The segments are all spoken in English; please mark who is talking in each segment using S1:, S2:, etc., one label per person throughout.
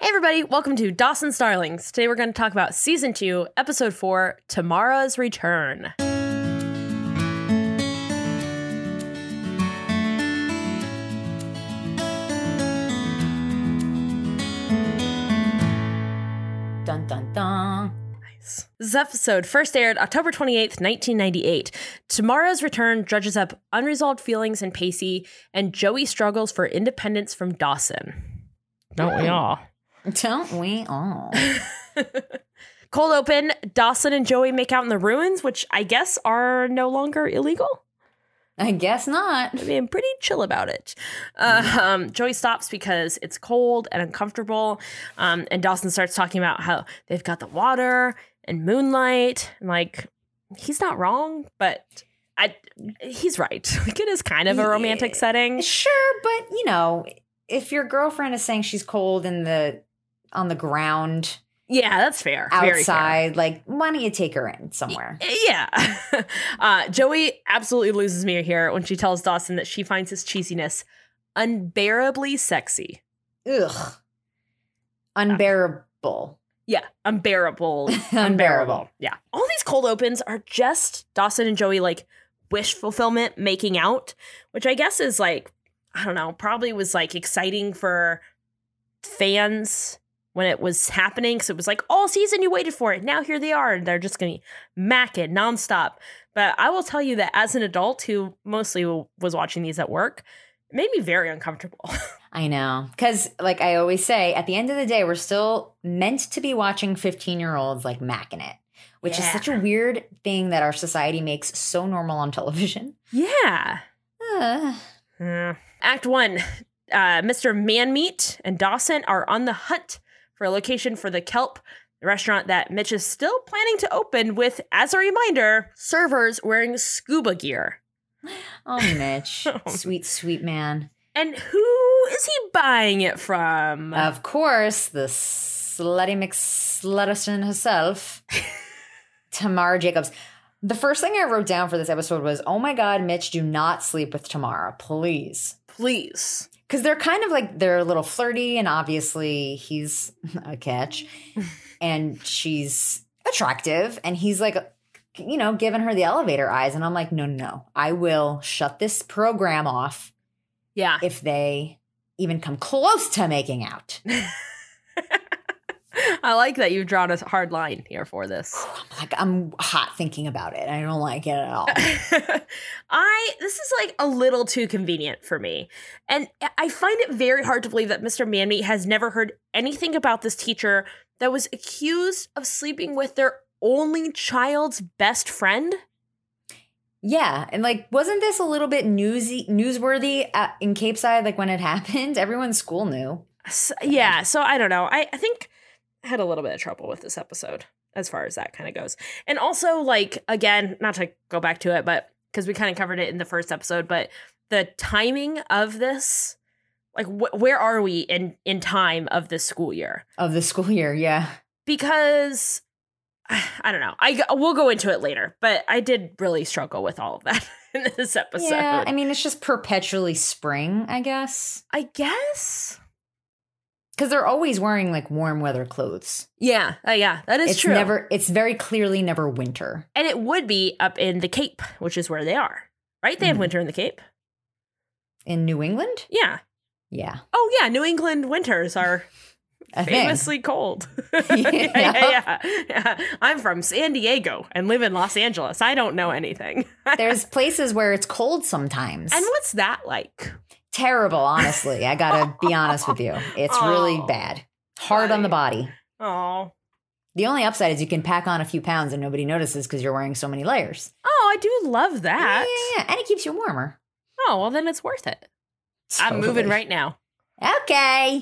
S1: everybody. Welcome to Dawson Starlings. Today we're going to talk about season two, episode four, Tamara's Return.
S2: Dun dun dun.
S1: This episode first aired October 28th, 1998. Tamara's Return dredges up unresolved feelings in Pacey, and Joey struggles for independence from Dawson. Don't we all?
S2: Don't we all?
S1: Cold open, Dawson and Joey make out in the ruins, which I guess are no longer illegal.
S2: I guess not.
S1: I mean, I'm pretty chill about it. Uh, um, Joey stops because it's cold and uncomfortable. Um, and Dawson starts talking about how they've got the water and moonlight. And like, he's not wrong, but I, he's right. Like, it is kind of a romantic
S2: Yeah.
S1: setting.
S2: Sure, but you know, if your girlfriend is saying she's cold in the on the ground
S1: Yeah, that's fair. Very fair. Eh,
S2: outside, like why don't you take her in somewhere?
S1: Yeah. Uh, Joey absolutely loses me here when she tells Dawson that she finds his cheesiness unbearably sexy.
S2: Ugh. Unbearable.
S1: Yeah, unbearable.
S2: Unbearable.
S1: Yeah. All these cold opens are just Dawson and Joey like wish fulfillment making out, which I guess is like, I don't know, probably was like exciting for fans when it was happening. Cause it was like all season you waited for it. Now here they are. And they're just going to be macking nonstop. But I will tell you that as an adult who mostly w- was watching these at work, it made me very uncomfortable.
S2: I know. Cause like I always say, at the end of the day, we're still meant to be watching 15 year olds like macking it. Which
S1: Yeah.
S2: is such a weird thing that our society makes so normal on television.
S1: yeah.
S2: Ugh.
S1: Yeah. Act one uh, Mr. Manmeat and Dawson are on the hunt for a location for the Kelp, the restaurant that Mitch is still planning to open with, as a reminder, servers wearing scuba gear.
S2: Oh, Mitch.
S1: Oh.
S2: sweet, sweet man.
S1: And who is he buying it from?
S2: Of course, the slutty McSlutterson herself, Tamara Jacobs. The first thing I wrote down for this episode was, oh my God, Mitch, do not sleep with Tamara, please.
S1: Please.
S2: Because they're kind of like, they're a little flirty, and obviously he's a catch, and she's attractive, and he's like, you know, giving her the elevator eyes. And I'm like, no, no, no, I will shut this program off
S1: Yeah.
S2: if they even come close to making out.
S1: I like that you've drawn a hard line here for this.
S2: I'm like, I'm hot thinking about it. I don't like it at all.
S1: I this is like a little too convenient for me. And I find it very hard to believe that Mr. Manmeat has never heard anything about this teacher that was accused of sleeping with their only child's best friend.
S2: yeah, and like, wasn't this a little bit newsy, newsworthy uh, in Cape Side? Like when it happened, everyone in school knew.
S1: S- yeah, so I don't know. I, I think I had a little bit of trouble with this episode as far as that kind of goes. And also, like, again, not to go back to it, but because we kind of covered it in the first episode, but the timing of this, like, wh- where are we in in time of this school year?
S2: Of the school year, yeah.
S1: Because I don't know. I g- we'll go into it later, but I did really struggle with all of that in this episode.
S2: Yeah, I mean, it's just perpetually spring, I guess,
S1: I guess.
S2: because they're always wearing like warm weather clothes.
S1: Yeah, uh, yeah, that is
S2: it's
S1: true.
S2: never, it's very clearly never winter.
S1: And it would be up in the Cape, which is where they are, right? They have
S2: Mhm.
S1: winter in the Cape.
S2: In New England,
S1: Yeah.
S2: yeah,
S1: Oh, yeah. New England winters are
S2: I think.
S1: famously cold. yeah, yeah, yeah, yeah. I'm from San Diego and live in Los Angeles. I don't know anything.
S2: There's places where it's cold sometimes.
S1: and what's that like?
S2: terrible honestly i gotta be honest with you it's really
S1: Oh.
S2: bad hard on the body
S1: Oh,
S2: the only upside is you can pack on a few pounds and nobody notices because you're wearing so many layers
S1: oh, I do love that.
S2: yeah and it keeps you warmer
S1: Oh, well, then it's worth it. I'm moving
S2: Totally.
S1: right now.
S2: okay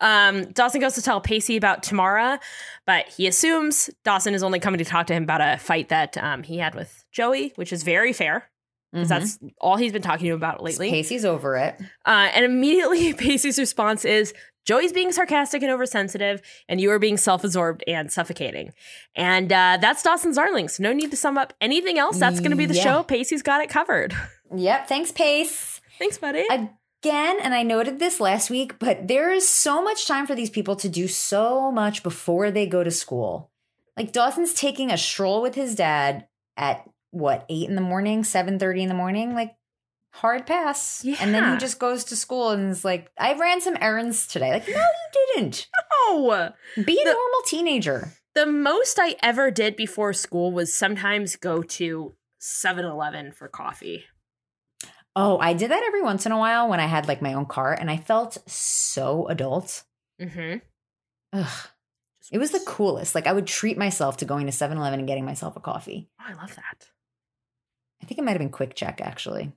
S1: um, Dawson goes to tell Pacey about Tamara, but he assumes Dawson is only coming to talk to him about a fight that um, he had with Joey, which is very fair because
S2: Mhm.
S1: that's all he's been talking to him about lately.
S2: casey's Mm-hmm. over it
S1: Uh, and immediately, Pacey's response is Joey's being sarcastic and oversensitive, and you are being self absorbed and suffocating. And uh, that's Dawson's Arlings. No need to sum up anything else. That's going to be the
S2: Yeah.
S1: show. Pacey's got it covered.
S2: yep thanks pace
S1: Thanks, buddy.
S2: I- again, and I noted this last week, but there is so much time for these people to do so much before they go to school. Like Dawson's taking a stroll with his dad at what, eight in the morning, seven thirty in the morning? Like hard pass. And then
S1: Yeah.
S2: he just goes to school and is like, I ran some errands today. Like, no, you didn't.
S1: Oh,
S2: Be a
S1: The-
S2: normal teenager.
S1: the most I ever did before school was sometimes go to 7 Eleven for coffee.
S2: Oh, I did that every once in a while when I had like my own car and I felt so adult.
S1: Mm-hmm.
S2: Ugh. It was the coolest. Like I would treat myself to going to 7-Eleven and getting myself a coffee.
S1: Oh, I love that.
S2: I think it might have been Quick Check actually.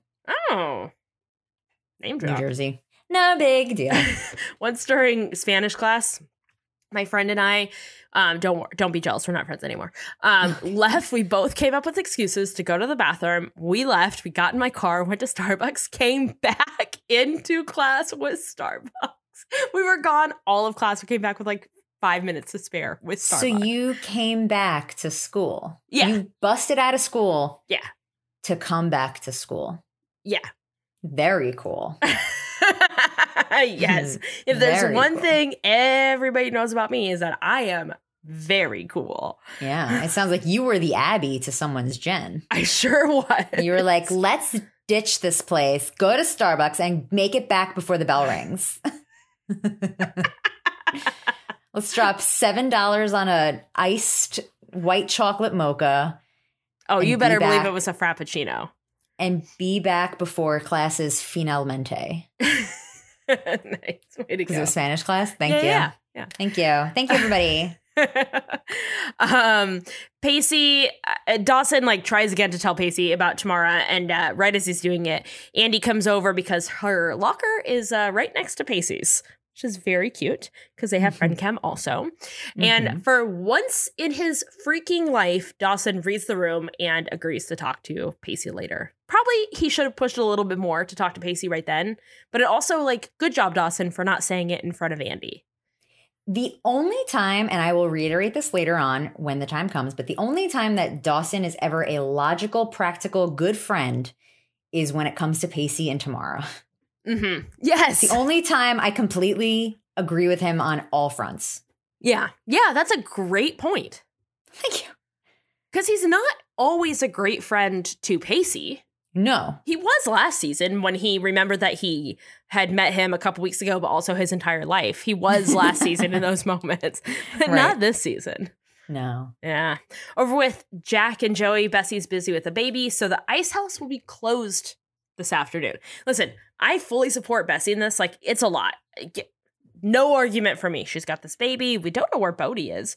S1: Oh. Name
S2: New
S1: drop.
S2: Jersey. No big deal.
S1: Once during Spanish class, my friend and I, um, don't wor- don't be jealous, we're not friends anymore. Um, left. We both came up with excuses to go to the bathroom. We left. We got in my car, went to Starbucks, came back into class with Starbucks. We were gone all of class. We came back with like five minutes to spare with Starbucks.
S2: so you came back to school.
S1: Yeah.
S2: You busted out of school.
S1: Yeah.
S2: To come back to school.
S1: yeah.
S2: Very cool.
S1: yes. If there's
S2: Very
S1: one
S2: cool.
S1: thing everybody knows about me is that I am very cool.
S2: Yeah. It sounds like you were the Abby to someone's Jen.
S1: I sure was.
S2: You were like, let's ditch this place, go to Starbucks, and make it back before the bell rings. let's drop seven dollars on a iced white chocolate mocha
S1: Oh,
S2: and
S1: you
S2: be
S1: better believe
S2: back.
S1: it was a frappuccino.
S2: and be back before classes finalmente.
S1: nice way to
S2: Because it
S1: go.
S2: was Spanish class. Thank you.
S1: yeah, Yeah.
S2: Thank you. Thank you, everybody.
S1: yeah. um, Pacey uh, Dawson like tries again to tell Pacey about Tamara, and uh, right as he's doing it, Andy comes over because her locker is uh, right next to Pacey's, which is very cute because they have friend cam also.
S2: Mhm.
S1: And for once in his freaking life, Dawson reads the room and agrees to talk to Pacey later. Probably he should have pushed a little bit more to talk to Pacey right then, but it also like good job Dawson for not saying it in front of Andy. Mm-hmm.
S2: The only time, and I will reiterate this later on when the time comes, but the only time that Dawson is ever a logical, practical, good friend is when it comes to Pacey and Tamara.
S1: Mm-hmm.
S2: It's
S1: Yes.
S2: the only time I completely agree with him on all fronts.
S1: yeah. Yeah. That's a great point
S2: Thank you.
S1: because he's not always a great friend to Pacey.
S2: No.
S1: He was last season when he remembered that he had met him a couple weeks ago, but also his entire life. He was last season in those moments, but
S2: Right.
S1: not this season.
S2: No.
S1: Yeah. Over with Jack and Joey, Bessie's busy with a baby, so the ice house will be closed this afternoon. Listen, I fully support Bessie in this. Like, it's a lot. Get- No argument for me. She's got this baby. We don't know where Bodie is.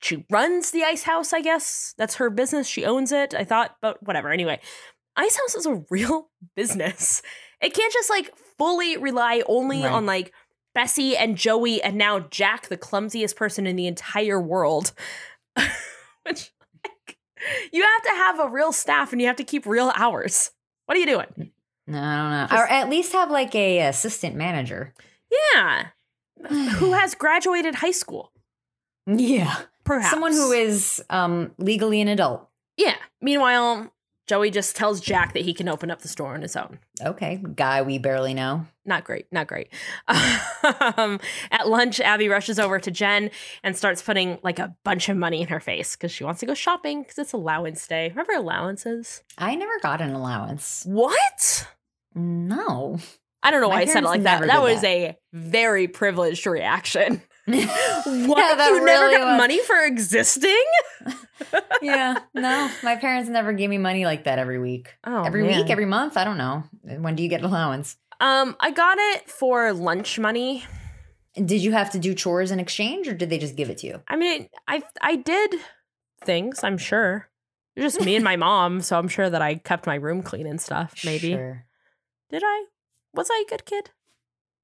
S1: She runs the ice house, I guess. That's her business. She owns it. I thought, but whatever. Anyway, ice house is a real business. It can't just like fully rely only
S2: Right.
S1: on like Bessie and Joey and now Jack, the clumsiest person in the entire world. Which like, you have to have a real staff and you have to keep real hours. What are you doing?
S2: No, I don't know.
S1: Just-
S2: or at least have like a assistant manager.
S1: Yeah. Who has graduated high school?
S2: Yeah.
S1: Perhaps.
S2: Someone who is um legally an adult.
S1: Yeah. Meanwhile, Joey just tells Jack that he can open up the store on his own.
S2: Okay. Guy we barely know.
S1: Not great, not great. Um, at lunch, Abby rushes over to Jen and starts putting like a bunch of money in her face because she wants to go shopping because it's allowance day. Remember allowances?
S2: I never got an allowance.
S1: What?
S2: No.
S1: I don't know
S2: My
S1: why I said it
S2: parents
S1: like that.
S2: never
S1: That
S2: did
S1: was a very privileged reaction.
S2: yeah,
S1: What?
S2: that
S1: you never
S2: really
S1: got
S2: was-
S1: money for existing?
S2: no, my parents never gave me money like that every week.
S1: Oh,
S2: every
S1: man.
S2: week, every month, I don't know. When do you get allowance?
S1: um, I got it for lunch money.
S2: Did you have to do chores in exchange or did they just give it to you?
S1: I mean, I I did things. I'm sure. It was Just me and my mom, so I'm sure that I kept my room clean and stuff. Maybe
S2: Sure.
S1: did I? Was I a good kid?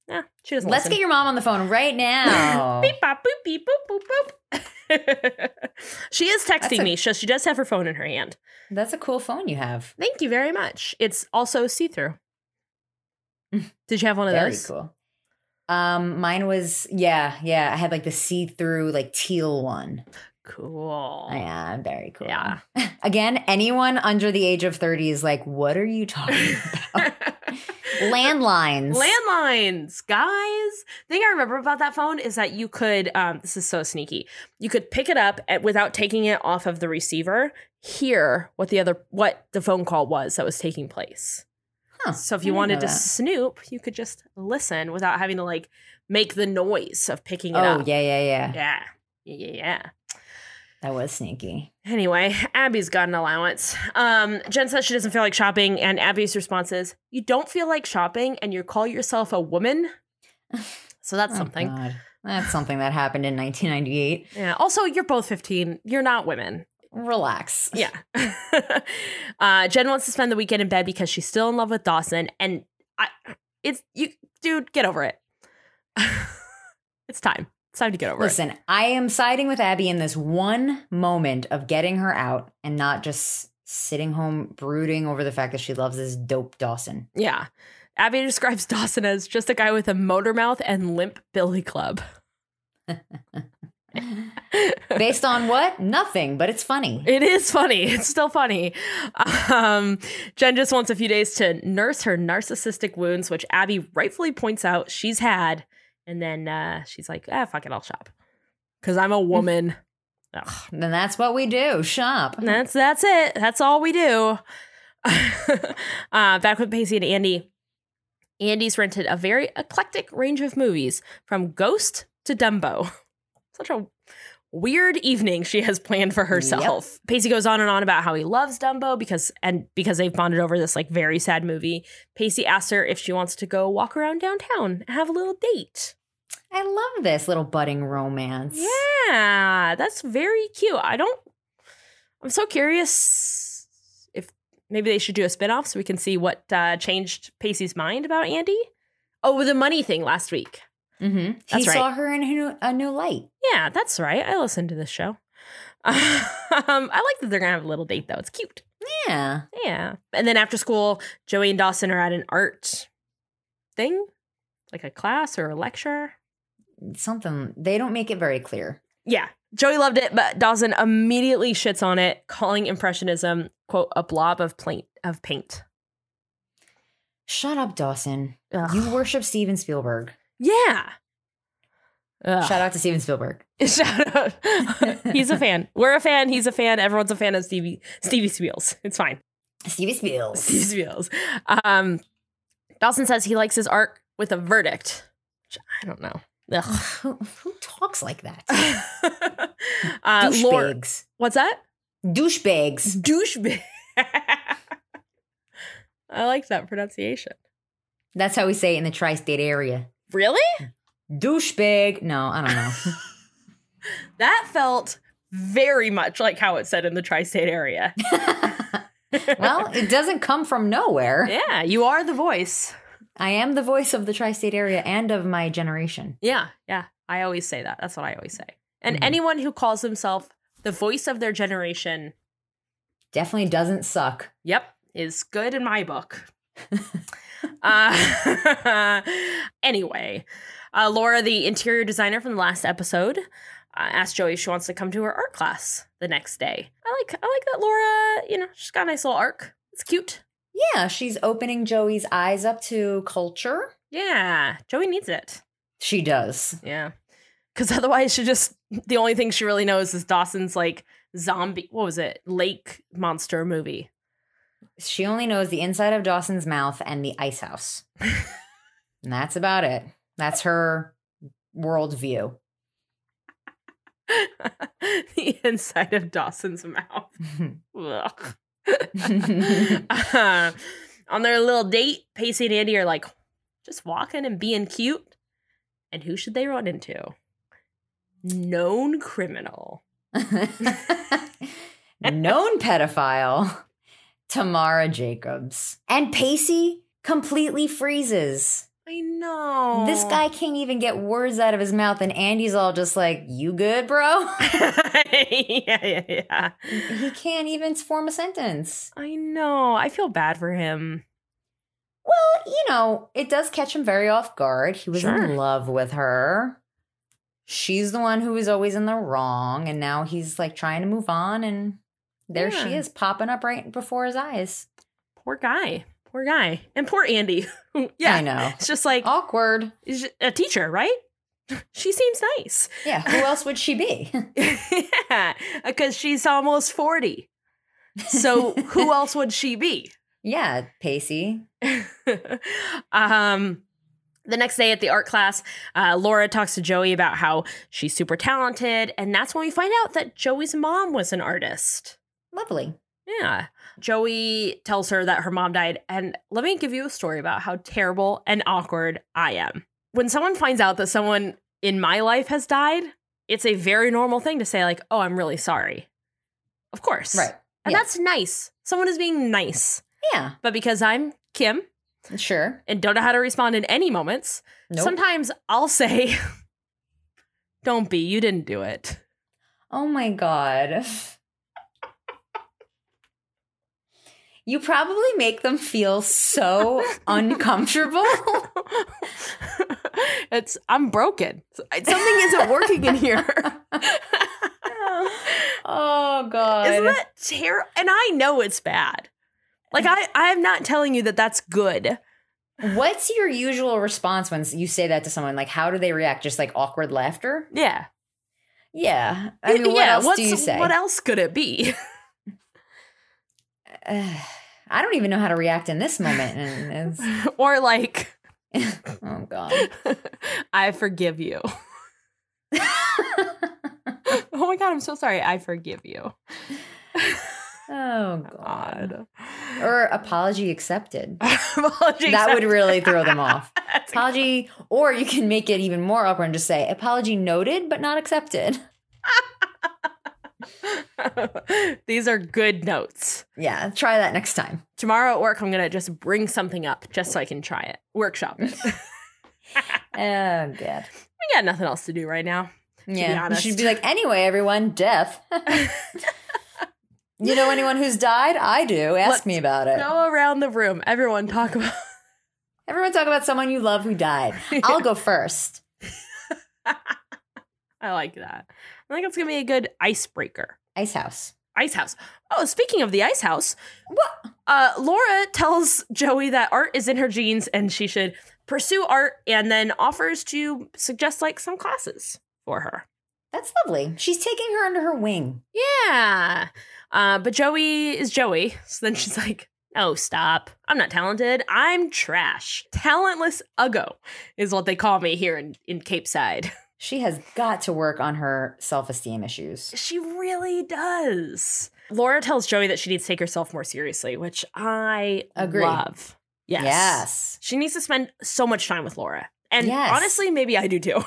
S1: Nah, she doesn't.
S2: Let's
S1: listen.
S2: get your mom on the phone right now.
S1: beep bop boop beep boop boop boop. she is texting
S2: a-
S1: me, so she does have her phone in her hand.
S2: That's a cool phone you have.
S1: Thank you very much. It's also see through. Did you have one of
S2: Very
S1: those?
S2: cool. Um, mine was yeah, yeah. I had like the see-through, like teal one.
S1: Cool.
S2: Yeah, very cool.
S1: Yeah.
S2: Again, anyone under the age of thirty is like, "What are you talking about?" Landlines.
S1: Landlines, guys. Thing I remember about that phone is that you could. Um, this is so sneaky. You could pick it up at, without taking it off of the receiver. Hear what the other what the phone call was that was taking place.
S2: Huh,
S1: So if
S2: I
S1: you
S2: didn't know
S1: wanted to
S2: that.
S1: snoop, you could just listen without having to like make the noise of picking it
S2: Oh,
S1: up.
S2: yeah, yeah, yeah,
S1: yeah, yeah, yeah, yeah.
S2: That was sneaky.
S1: Anyway, Abby's got an allowance. Um, Jen says she doesn't feel like shopping, and Abby's response is, "You don't feel like shopping, and you call yourself a woman." So that's
S2: Oh,
S1: something.
S2: God. That's something that happened in 1998.
S1: Yeah. Also, you're both 15. You're not women.
S2: Relax.
S1: Yeah. uh, Jen wants to spend the weekend in bed because she's still in love with Dawson, and I, it's you, dude. Get over it. it's time. It's time to get over
S2: Listen, I am siding with Abby in this one moment of getting her out and not just sitting home brooding over the fact that she loves this dope Dawson.
S1: it. Yeah. Abby describes Dawson as just a guy with a motor mouth and limp billy club.
S2: Based on what? Nothing, but it's funny.
S1: It is funny. It's still funny. Um, Jen just wants a few days to nurse her narcissistic wounds, which Abby rightfully points out she's had. And then uh, she's like, ah, fuck it, I'll shop. Because I'm a woman. Ugh.
S2: Then that's what we do. Shop.
S1: That's that's it. That's all we do. uh, back with Pacey and Andy. Andy's rented a very eclectic range of movies from Ghost to Dumbo. Such a weird evening she has planned for herself. Pacey goes on and on about how he loves Dumbo because and because they've bonded over this like very sad movie. Pacey asks her if she wants to go walk around downtown and have a little date.
S2: I love this little budding romance.
S1: Yeah, that's very cute. I don't. I'm so curious if maybe they should do a spinoff so we can see what uh, changed Pacey's mind about Andy. Oh, the money thing last week.
S2: Mm-hmm.
S1: That's
S2: he
S1: right.
S2: saw her in a new, a new light.
S1: Yeah, that's right. I listened to this show. um, I like that they're gonna have a little date though. It's cute.
S2: Yeah.
S1: Yeah. And then after school, Joey and Dawson are at an art thing, like a class or a lecture.
S2: Something. They don't make it very clear.
S1: Yeah. Joey loved it, but Dawson immediately shits on it, calling impressionism, quote, a blob of paint of paint.
S2: Shut up, Dawson.
S1: Ugh.
S2: You worship Steven Spielberg.
S1: yeah.
S2: Shout out to Steven Spielberg.
S1: Shout out. he's a fan. We're a fan. He's a fan. Everyone's a fan of Stevie Stevie Spiels. It's fine.
S2: Steven
S1: Stevie
S2: Spielberg.
S1: Spiels. Um, Dawson says he likes his art with a verdict. Which I don't know. Ugh.
S2: who, who talks like that?
S1: uh, Lord, Mm-hmm.
S2: Douchebags.
S1: what's that?
S2: Douchebags.
S1: Douchebag. I like that pronunciation.
S2: That's how we say it in the tri-state area.
S1: Really?
S2: Douchebag. No, I don't know.
S1: That felt very much like how it said in the tri state area.
S2: well, it doesn't come from nowhere.
S1: yeah, you are the voice.
S2: I am the voice of the tri-state area and of my generation.
S1: Yeah, yeah. I always say that. That's what I always say. And
S2: Mhm.
S1: anyone who calls themselves the voice of their generation,
S2: Definitely doesn't suck.
S1: yep, is good in my book. uh, anyway, uh, Laura, the interior designer from the last episode, uh, asked Joey if she wants to come to her art class the next day. I like, I like that Laura. You know, she's got a nice little arc. It's cute.
S2: Yeah, she's opening Joey's eyes up to culture.
S1: Yeah, Joey needs it.
S2: She does.
S1: Yeah. Because otherwise, she just, the only thing she really knows is Dawson's like zombie, what was it? Lake monster movie.
S2: She only knows the inside of Dawson's mouth and the ice house. and that's about it. That's her worldview.
S1: the inside of Dawson's mouth. Ugh. Uh, on their little date, Pacey and Andy are like just walking and being cute. And who should they run into? Known criminal.
S2: Known pedophile, Tamara Jacobs. And Pacey completely freezes.
S1: I know.
S2: This guy can't even get words out of his mouth, and Andy's all just like, You good, bro?
S1: yeah, yeah, yeah.
S2: he can't even form a sentence.
S1: I know. I feel bad for him.
S2: Well, you know, it does catch him very off guard. He was
S1: Sure.
S2: in love with her. She's the one who was always in the wrong, and now he's like trying to move on, and there she
S1: Yeah.
S2: is popping up right before his eyes.
S1: Poor guy. poor guy. And poor Andy.
S2: I
S1: yeah.
S2: know. Oh.
S1: It's just like
S2: Awkward.
S1: is a teacher, right? She seems nice.
S2: Yeah. Who else would she be?
S1: yeah. Because she's almost 40. So who else would she be?
S2: yeah. Pacey.
S1: um, the next day at the art class, uh, Laura talks to Joey about how she's super talented, and that's when we find out that Joey's mom was an artist.
S2: Lovely.
S1: Yeah. Joey tells her that her mom died. And let me give you a story about how terrible and awkward I am. When someone finds out that someone in my life has died, it's a very normal thing to say, like, oh, I'm really sorry. Of course.
S2: Right.
S1: And
S2: yeah.
S1: that's nice. Someone is being nice.
S2: Yeah.
S1: But because I'm Kim
S2: Sure.
S1: and don't know how to respond in any moments,
S2: Nope.
S1: sometimes I'll say, don't be, you didn't do it.
S2: oh my God. You probably make them feel so uncomfortable.
S1: it's I'm broken. Something isn't working in here.
S2: oh God.
S1: Isn't that terrible? And I know it's bad. Like I, I'm not telling you that that's good.
S2: What's your usual response when you say that to someone? Like, how do they react? Just like awkward laughter?
S1: Yeah.
S2: Yeah. I mean, what
S1: yeah.
S2: else
S1: what's-
S2: do you say?
S1: What else could it be?
S2: Ugh, I don't even know how to react in this moment. And
S1: or like,
S2: it's, oh God.
S1: I forgive you. Oh my god, I'm so sorry. I forgive you.
S2: oh God.
S1: God.
S2: Or apology accepted.
S1: Apologies.
S2: That would really throw them off.
S1: That's a
S2: Apology, or you can make it even more awkward and just say apology noted but not accepted.
S1: These are good notes.
S2: Yeah, try that next time.
S1: Tomorrow at work, I'm going to just bring something up just so I can try it. Workshop it. we
S2: Oh God.
S1: got nothing else to do right now.
S2: Yeah. You
S1: honest.
S2: should be like, anyway, everyone, death. you know anyone who's died? I do. Ask
S1: Let's
S2: me about it.
S1: Go around the room. Everyone talk about.
S2: Everyone talk about someone you love who died. I'll go first.
S1: I like that. I think it's going to be a good icebreaker.
S2: Ice House.
S1: Ice house. Oh, speaking of the ice house,
S2: What?
S1: uh, Laura tells Joey that art is in her genes and she should pursue art and then offers to suggest like some classes for her.
S2: That's lovely. She's taking her under her wing.
S1: Yeah. Uh, but Joey is Joey. So then she's like, oh, stop. I'm not talented. I'm trash. Talentless Uggo is what they call me here in, in Cape Side.
S2: She has got to work on her self esteem issues.
S1: She really does. Laura tells Joey that she needs to take herself more seriously, which I
S2: Agree.
S1: love. Yes.
S2: Yes.
S1: She needs to spend so much time with Laura. And
S2: Yes.
S1: honestly, maybe I do too.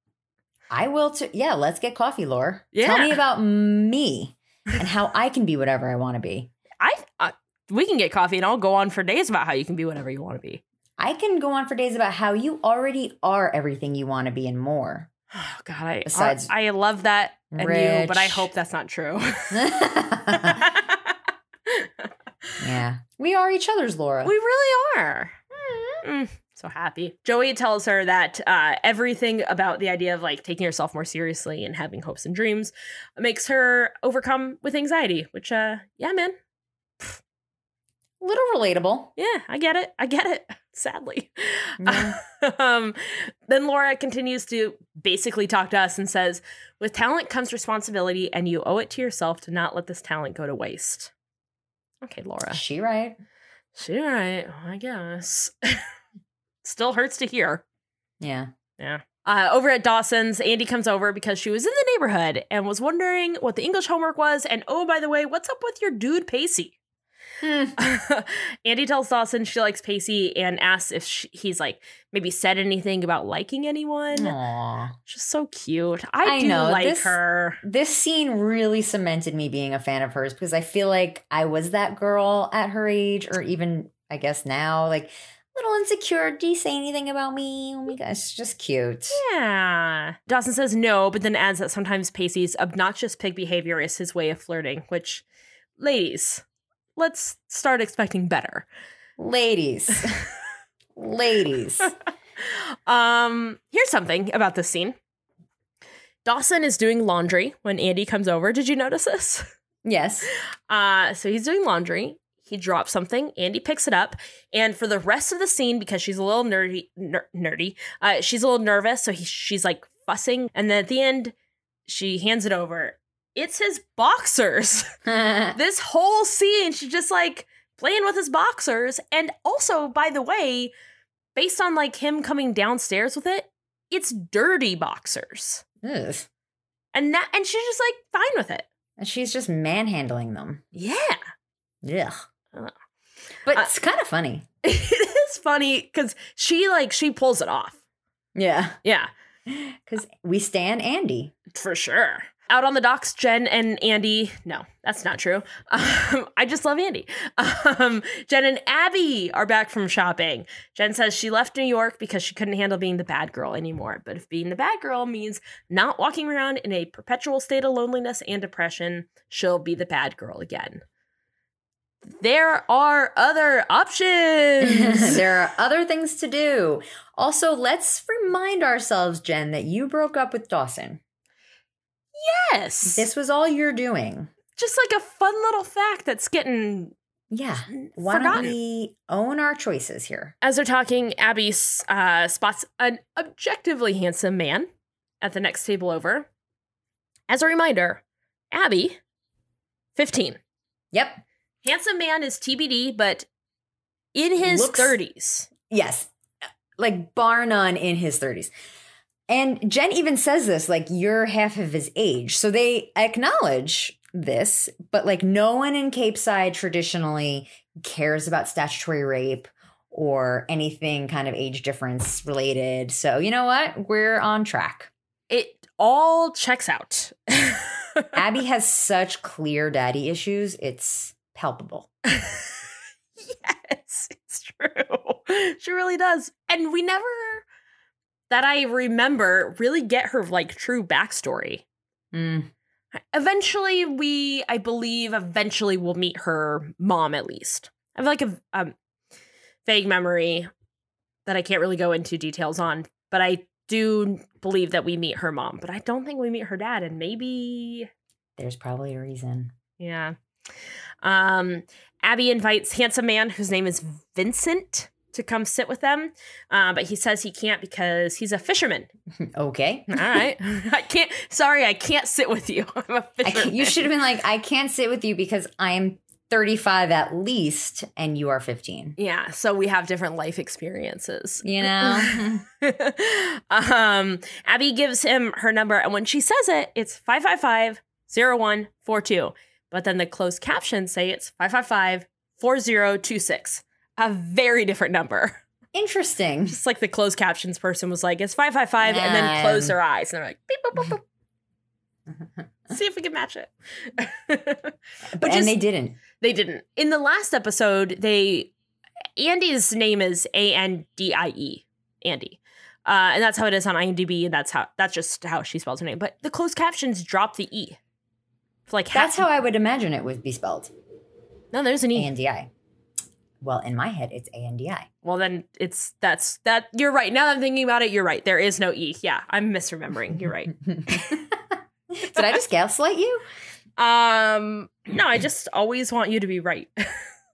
S2: I will too. Yeah, let's get coffee, Lore. Tell
S1: Yeah.
S2: me about me and how I can be whatever I want to be.
S1: I, uh, we can get coffee and I'll go on for days about how you can be whatever you want to be.
S2: I can go on for days about how you already are everything you want to be and more.
S1: Oh God, I
S2: Besides
S1: I, I love that and you, but I
S2: rich.
S1: hope that's not true.
S2: yeah. We are each other's Laura.
S1: we really are. Mm, so happy. Joey tells her that uh, everything about the idea of like taking herself more seriously and having hopes and dreams makes her overcome with anxiety. Which, uh, yeah, man,
S2: Little relatable.
S1: yeah, I get it. I get it. Sadly.
S2: Yeah.
S1: um, then Laura continues to basically talk to us and says, "With talent comes responsibility, and you owe it to yourself to not let this talent go to waste." Okay, Laura.
S2: She right.
S1: She all right, I guess. Still hurts to hear.
S2: Yeah.
S1: Uh, over at Dawson's, Andy comes over because she was in the neighborhood and was wondering what the English homework was. And oh, by the way, what's up with your dude Pacey? Hmm. Andy tells Dawson she likes Pacey and asks if she, he's like maybe said anything about liking anyone.
S2: Aw.
S1: She's so cute. I,
S2: I
S1: do
S2: know,
S1: like
S2: this-
S1: her.
S2: This scene really cemented me being a fan of hers because I feel like I was that girl at her age, or even I guess now, like little insecure. Do you say anything about me? Oh my gosh, just cute.
S1: Yeah. Dawson says no, but then adds that sometimes Pacey's obnoxious pig behavior is his way of flirting, which, ladies, let's start expecting better.
S2: Ladies. Ladies.
S1: Um, here's something about this scene. Dawson is doing laundry when Andy comes over. Did you notice this?
S2: Yes.
S1: Uh, so he's doing laundry. He drops something. Andy picks it up, and for the rest of the scene, because she's a little nerdy, ner- nerdy, uh, she's a little nervous, so he, she's like fussing, and then at the end, she hands it over. It's his boxers. this whole scene, she's just like playing with his boxers, and also, by the way, based on like him coming downstairs with it, it's dirty boxers,
S2: Ugh.
S1: and that, and she's just like fine with it.
S2: And she's just manhandling them.
S1: Yeah.
S2: Yeah.
S1: Ugh.
S2: But
S1: Uh,
S2: it's kind of funny.
S1: it is funny because she like she pulls it off
S2: Yeah.
S1: yeah
S2: Because we stan Andy.
S1: for sure out on the docks jen and andy no that's not true um, i just love andy um, jen and abby are back from shopping jen says she left new york because she couldn't handle being the bad girl anymore but if being the bad girl means not walking around in a perpetual state of loneliness and depression she'll be the bad girl again there are other options
S2: there are other things to do. Also, let's remind ourselves, Jen, that you broke up with Dawson.
S1: yes
S2: This was all you're doing.
S1: just like a fun little fact that's getting
S2: Yeah. Why
S1: forgotten.
S2: don't we own our choices here?
S1: As they're talking, Abby s- uh, spots an objectively handsome man at the next table over. As a reminder, Abby, 15.
S2: Yep.
S1: Handsome man is TBD, but in his
S2: Looks-
S1: 30s.
S2: Yes. Like bar none in his 30s. And Jen even says this, like, you're half of his age. So they acknowledge this, but like, no one in Cape Side traditionally cares about statutory rape or anything kind of age difference related. So you know what? We're on track.
S1: It all checks out.
S2: Abby has such clear daddy issues, it's palpable.
S1: yes, it's true. She really does. And we never, that I remember, really get her like true backstory.
S2: Mm.
S1: eventually we i believe eventually we'll meet her mom at least i have like a um, vague memory that i can't really go into details on but i do believe that we meet her mom but i don't think we meet her dad and maybe
S2: There's probably a reason.
S1: yeah um abby invites handsome man whose name is vincent to come sit with them uh, but he says he can't because he's a fisherman
S2: Okay.
S1: all right i can't sorry i can't sit with you i'm a
S2: I
S1: fisherman
S2: can't, you should have been like, I can't sit with you because I'm 35 at least, and you are 15.
S1: Yeah, so we have different life experiences.
S2: You know?
S1: um, Abby gives him her number, and when she says it, it's 555 0142. But then the closed captions say it's 555 4026. A very different number.
S2: Interesting.
S1: Just like the closed captions person was like, it's 555, and then
S2: Yeah.
S1: closed their eyes. And they're like, beep, boop, boop, boop. See if we can match it.
S2: But
S1: is-
S2: and they didn't.
S1: They didn't. In the last episode, they Andy's name is A N D I E, Andy. Uh, and that's how it is on IMDb, and that's how that's just how she spells her name. But the closed captions drop the E. For like
S2: That's
S1: half-
S2: how I would imagine it would be spelled
S1: No, there's an
S2: A
S1: E.
S2: N D I. Well, in my head, it's A N D I.
S1: well, then it's that's that. You're right. Now that I'm thinking about it, you're right. There is no E. Yeah, I'm misremembering. You're right.
S2: Did I just gaslight you?
S1: Um, no, I just always want you to be right.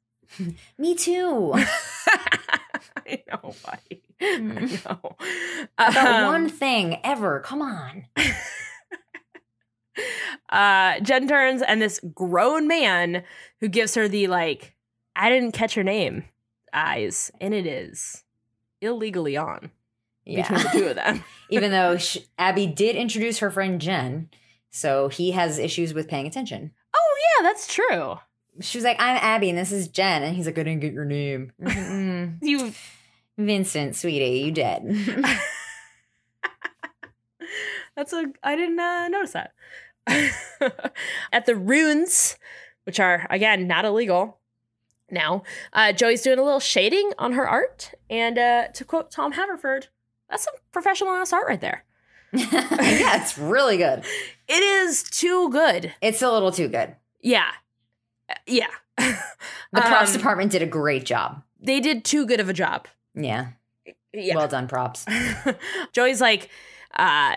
S2: Me too.
S1: I know, buddy. I know.
S2: About
S1: Um,
S2: one thing ever. Come on.
S1: uh, Jen turns and this grown man who gives her the like, I didn't catch her name eyes, and it is illegally on between the
S2: Yeah.
S1: two of them.
S2: Even though sh Abby did introduce her friend Jen, so he has issues with paying attention.
S1: oh yeah, that's true.
S2: She was like, I'm Abby and this is Jen. And he's like, I didn't get your name. I'm like, "Mm,
S1: You
S2: Vincent, sweetie, you dead.
S1: that's a I didn't uh, notice that. At the runes, which are again not illegal now, uh, Joey's doing a little shading on her art, and uh, to quote Tom Haverford, that's some professional ass art right there.
S2: yeah, it's really good.
S1: It is too good.
S2: It's a little too good.
S1: Yeah. Uh, Yeah.
S2: The props
S1: Um,
S2: department did a great job.
S1: They did too good of a job.
S2: Yeah.
S1: Yeah.
S2: Well done, props.
S1: Joey's like uh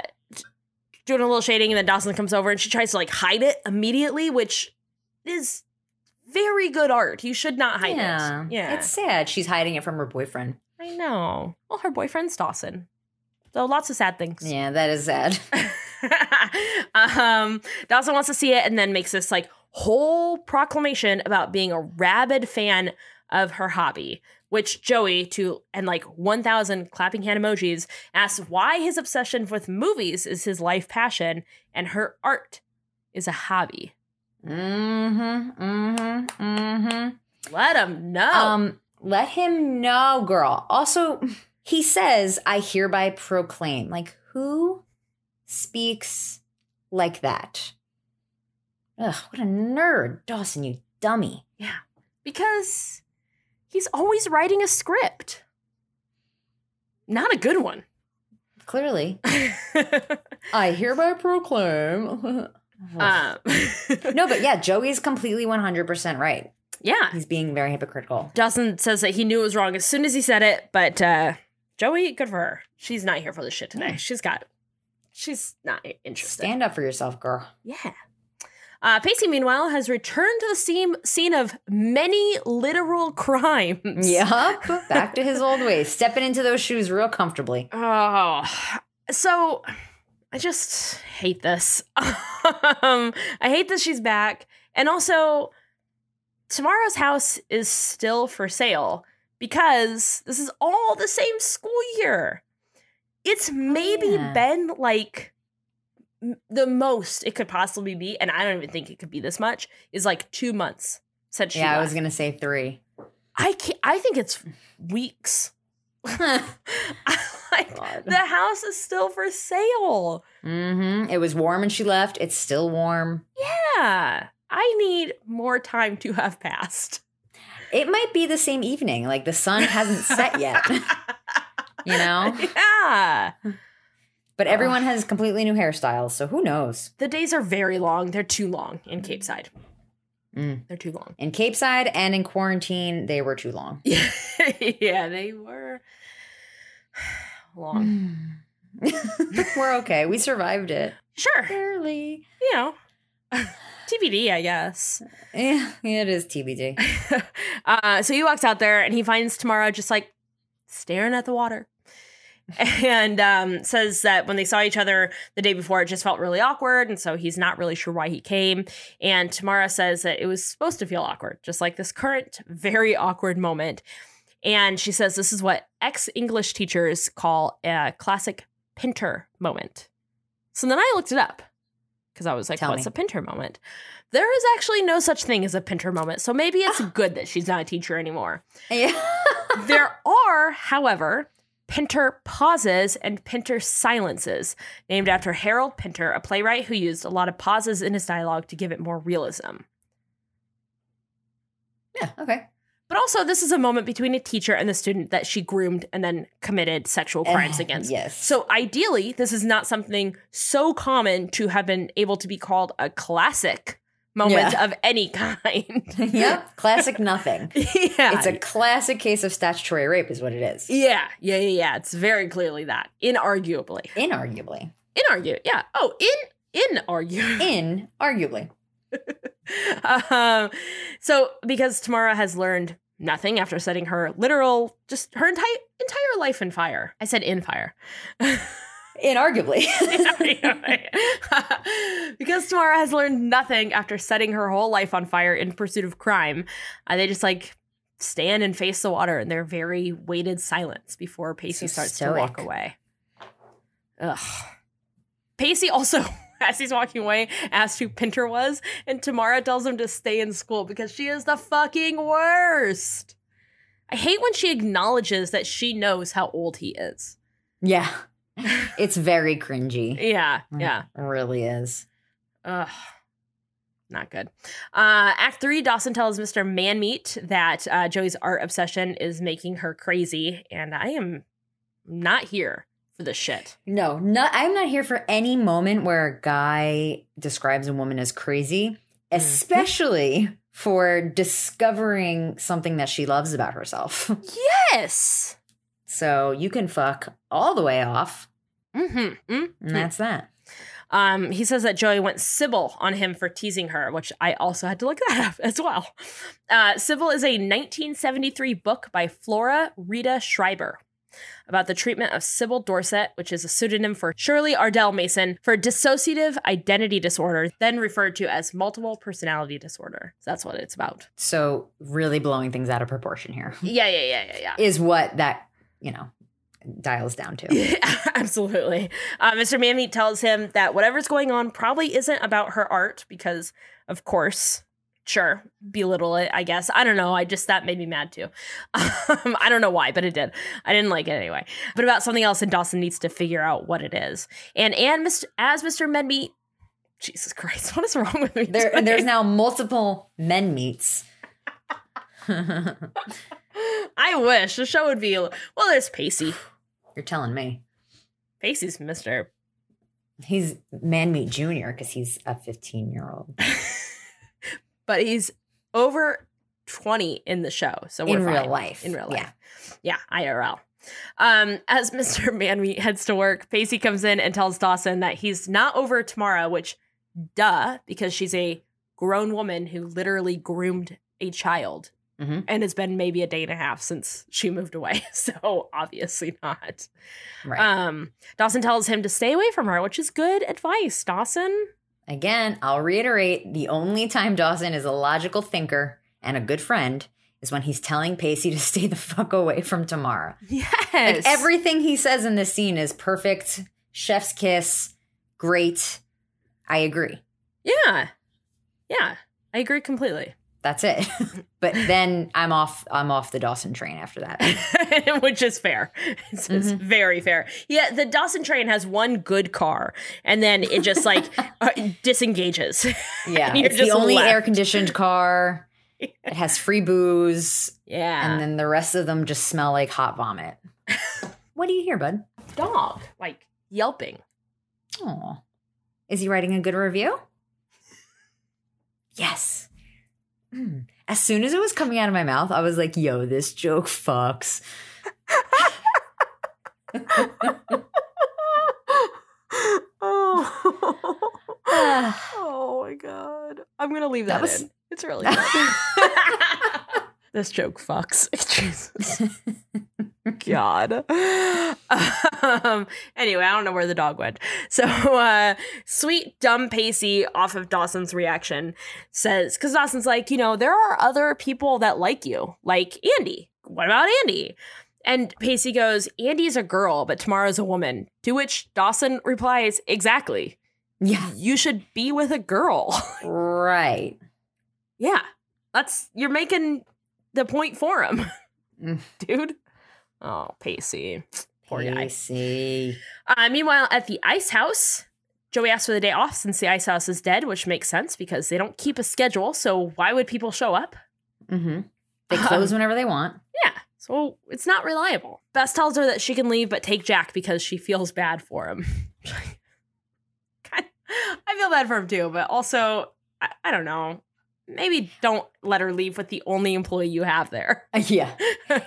S1: doing a little shading and then Dawson comes over and she tries to like hide it immediately, which is very good art. You should not hide
S2: yeah.
S1: it. Yeah.
S2: It's sad. She's hiding it from her boyfriend.
S1: I know. Well, her boyfriend's Dawson. So lots of sad things.
S2: Yeah, that is sad.
S1: um, Dawson wants to see it and then makes this like whole proclamation about being a rabid fan of her hobby, which Joey to and like 1000 clapping hand emojis asks why his obsession with movies is his life passion and her art is a hobby.
S2: Mm-hmm. Mm-hmm. Mm-hmm.
S1: Let him know.
S2: Um, let him know, girl. Also, he says, I hereby proclaim. Like, who speaks like that? Ugh, what a nerd. Dawson, you dummy.
S1: because he's always writing a script. Not a good one.
S2: Clearly. I hereby proclaim.
S1: um,
S2: no, but yeah, Joey's completely 100% right.
S1: yeah.
S2: He's being very hypocritical.
S1: Dawson says that he knew it was wrong as soon as he said it, but uh, Joey, good for her. She's not here for this shit today.
S2: Yeah.
S1: She's got, she's not interested.
S2: Stand up for yourself, girl.
S1: yeah. Uh, Pacey, meanwhile, has returned to the scene, scene of many literal crimes.
S2: Yup. Back to his old ways. Stepping into those shoes real comfortably.
S1: Oh, so I just hate this. um, I hate that she's back. And also, tomorrow's house is still for sale because this is all the same school year. It's maybe
S2: Oh, yeah.
S1: been like m- the most it could possibly be, and I don't even think it could be this much, is like two months since she
S2: yeah, I
S1: left.
S2: was going to say three.
S1: I, can't, I think it's weeks. like, the house is still for sale.
S2: Mm-hmm. It was warm when she left. It's still warm.
S1: Yeah. I need more time to have passed.
S2: It might be the same evening. Like the sun hasn't set yet, you know?
S1: yeah.
S2: But everyone has completely new hairstyles, so who knows?
S1: The days are very long. They're too long in Cape Side.
S2: Mm.
S1: They're too long.
S2: In Cape Side and in quarantine, they were too long.
S1: yeah, they were long.
S2: we're okay. We survived it.
S1: Sure.
S2: Barely.
S1: You know, TBD, I guess.
S2: Yeah, it is TBD.
S1: uh, so he walks out there and he finds Tamara just like staring at the water and um, says that when they saw each other the day before, it just felt really awkward. And so he's not really sure why he came. And Tamara says that it was supposed to feel awkward, just like this current very awkward moment. And she says this is what ex English teachers call a classic pinter moment. So then I looked it up because I was like,
S2: Tell
S1: what's
S2: me.
S1: a pinter moment? There is actually no such thing as a pinter moment. So maybe it's good that she's not a teacher anymore.
S2: Yeah.
S1: there are, however, Pinter pauses and Pinter silences, named after Harold Pinter, a playwright who used a lot of pauses in his dialogue to give it more realism.
S2: Yeah, okay.
S1: But also, this is a moment between a teacher and the student that she groomed and then committed sexual crimes
S2: Eh,
S1: against.
S2: Yes.
S1: So, ideally, this is not something so common to have been able to be called a classic moment
S2: Yeah.
S1: of any kind.
S2: yep, classic nothing.
S1: yeah.
S2: It's a classic case of statutory rape, is what it is.
S1: yeah, yeah, yeah, yeah. It's very clearly that, inarguably.
S2: Inarguably.
S1: Inarguable. Yeah. Oh, in inarguable.
S2: Inarguably.
S1: um, so because Tamara has learned nothing after setting her literal, just her entire entire life in fire. I said in fire.
S2: Inarguably.
S1: because Tamara has learned nothing after setting her whole life on fire in pursuit of crime, uh, they just like stand and face the water in their very weighted silence before Pacey
S2: So
S1: starts to walk
S2: stoic.
S1: away. Ugh. Pacey also, as he's walking away, asks who Pinter was, and Tamara tells him to stay in school because she is the fucking worst. I hate when she acknowledges that she knows how old he is.
S2: yeah. It's very cringy.
S1: Yeah, yeah.
S2: It really is.
S1: Ugh. Not good. Uh, act three, Dawson tells Mr. Manmeat that uh, Joey's art obsession is making her crazy, and I am not here for this shit.
S2: No, not, I'm not here for any moment where a guy describes a woman as crazy, especially for discovering something that she loves about herself.
S1: Yes.
S2: So you can fuck all the way off,
S1: Mm-hmm.
S2: and that's that.
S1: Um, he says that Joey went Sybil on him for teasing her, which I also had to look that up as well. Uh, Sybil is a 1973 book by Flora Rita Schreiber about the treatment of Sybil Dorset, which is a pseudonym for Shirley Ardell Mason, for dissociative identity disorder, then referred to as multiple personality disorder. So that's what it's about.
S2: So really blowing things out of proportion here
S1: Yeah, yeah, yeah, yeah, yeah.
S2: is what that, you know, dials down to.
S1: Absolutely. Uh, Mr. Mammy tells him that whatever's going on probably isn't about her art because, of course, sure, belittle it, I guess. I don't know. I just, that made me mad too. Um, I don't know why, but it did. I didn't like it anyway. But about something else, and Dawson needs to figure out what it is. And, and Mr. as Mr. Menby, Jesus Christ, what is wrong with me?
S2: There,
S1: today?
S2: there's now multiple men meets. You're
S1: I wish the show would be, well, there's Pacey.
S2: telling me
S1: Pacey's Mr.
S2: he's man meet junior because he's a 15 year old
S1: but he's over 20 in the show. So we're
S2: in real
S1: fine.
S2: life.
S1: In real
S2: yeah.
S1: life. Yeah, IRL. Um, as Mr. Manwee heads to work, Pacey comes in and tells Dawson that he's not over Tamara, which, duh, because she's a grown woman who literally groomed a child.
S2: Mhm.
S1: And it's been maybe a day and a half since she moved away. So obviously not.
S2: Right.
S1: Um, Dawson tells him to stay away from her, which is good advice, Dawson.
S2: Again, I'll reiterate the only time Dawson is a logical thinker and a good friend is when he's telling Pacey to stay the fuck away from Tamara.
S1: Yes.
S2: Like everything he says in this scene is perfect. Chef's kiss. Great. I agree.
S1: Yeah. Yeah. I agree completely.
S2: That's it. but then I'm off I'm off the Dawson train after that.
S1: Which is fair. It's, it's very fair. Yeah, the Dawson train has one good car and then it just like uh, disengages.
S2: Yeah.
S1: You're
S2: it's the
S1: just
S2: only
S1: left.
S2: air conditioned car. It has free booze.
S1: Yeah.
S2: And then the rest of them just smell like hot vomit. what do you hear, bud?
S1: dog like yelping.
S2: Oh. Is he writing a good review? Yes. Mm. As soon as it was coming out of my mouth, I was like, yo, this joke fucks.
S1: oh.
S2: Ah.
S1: oh my god. I'm going to leave
S2: That
S1: that,
S2: was-
S1: in. It's really good. this joke fucks. Jesus. God. Um, anyway, I don't know where the dog went. So, uh, sweet dumb Pacey, off of Dawson's reaction, says, because Dawson's like, you know, there are other people that like you, like Andy. What about Andy? And Pacey goes, Andy's a girl, but tomorrow's a woman. To which Dawson replies, exactly.
S2: yeah.
S1: You should be with a girl.
S2: Right.
S1: Yeah. That's you're making the point for him.
S2: Mm.
S1: Dude. Oh, Pacey. Poor guy.
S2: Pacey.
S1: Uh, meanwhile, at the ice house, Joey asks for the day off since the ice house is dead, which makes sense because they don't keep a schedule. So why would people show up?
S2: hmm They close whenever they want.
S1: Yeah. So it's not reliable. Bess tells her that she can leave but take Jack because she feels bad for him. God, I feel bad for him too, but also, I, I don't know. Maybe don't let her leave with the only employee you have there.
S2: Yeah.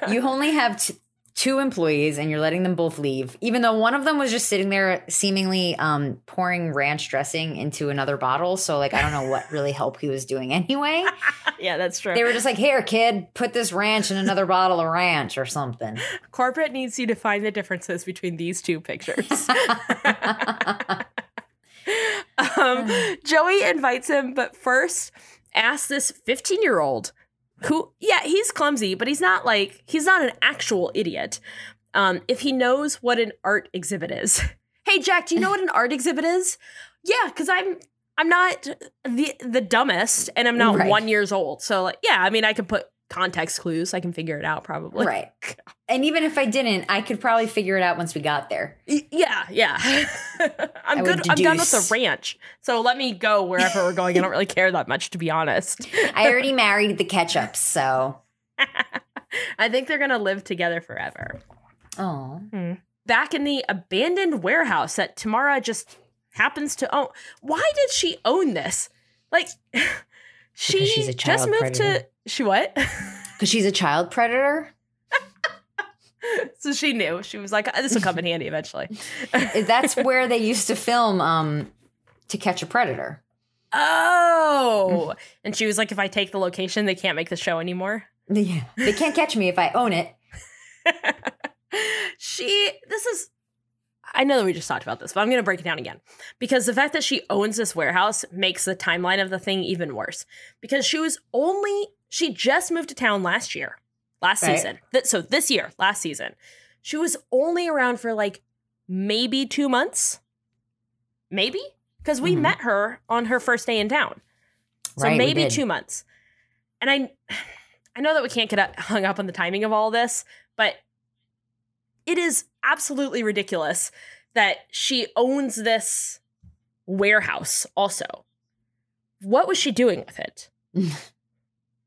S2: you only have t- two employees and you're letting them both leave, even though one of them was just sitting there seemingly um, pouring ranch dressing into another bottle. So, like, I don't know what really help he was doing anyway.
S1: yeah, that's true.
S2: They were just like, here, kid, put this ranch in another bottle of ranch or something.
S1: Corporate needs you to find the differences between these two pictures. um, Joey invites him, but first asks this 15 year old who, yeah, he's clumsy, but he's not like, he's not an actual idiot. Um, if he knows what an art exhibit is. Hey, Jack, do you know what an art exhibit is? Yeah, because I'm. I'm not the the dumbest, and I'm not
S2: Right.
S1: one years old. So, like, yeah, I mean, I can put context clues. I can figure it out, probably.
S2: right. And even if I didn't, I could probably figure it out once we got there.
S1: Y- Yeah, yeah. I'm
S2: I would
S1: good. I'm done with
S2: deduce.
S1: the ranch. So let me go wherever we're going. I don't really care that much, to be honest.
S2: I already married the ketchup, so.
S1: I think they're gonna live together forever.
S2: Oh.
S1: Back in the abandoned warehouse that Tamara just happens to own. Why did she own this? Like, she
S2: she's a
S1: just
S2: child
S1: moved
S2: predator.
S1: to she what?
S2: Because she's a child predator?
S1: so she knew she was like, "This will come in handy eventually."
S2: That's where they used to film um, to catch a predator.
S1: Oh. and she was like, if I take the location, they can't make the show anymore.
S2: Yeah. They can't catch me if I own it.
S1: she, this is, I know that we just talked about this, but I'm going to break it down again because the fact that she owns this warehouse makes the timeline of the thing even worse because she was only, she just moved to town last year, last
S2: Right.
S1: season. Th- so this year, last season, she was only around for like maybe two months, maybe because we
S2: Mhm.
S1: met her on her first day in town. So
S2: Right, we
S1: maybe
S2: did.
S1: two months. And I I know that we can't get up- hung up on the timing of all this, but it is absolutely ridiculous that she owns this warehouse also. What was she doing with it?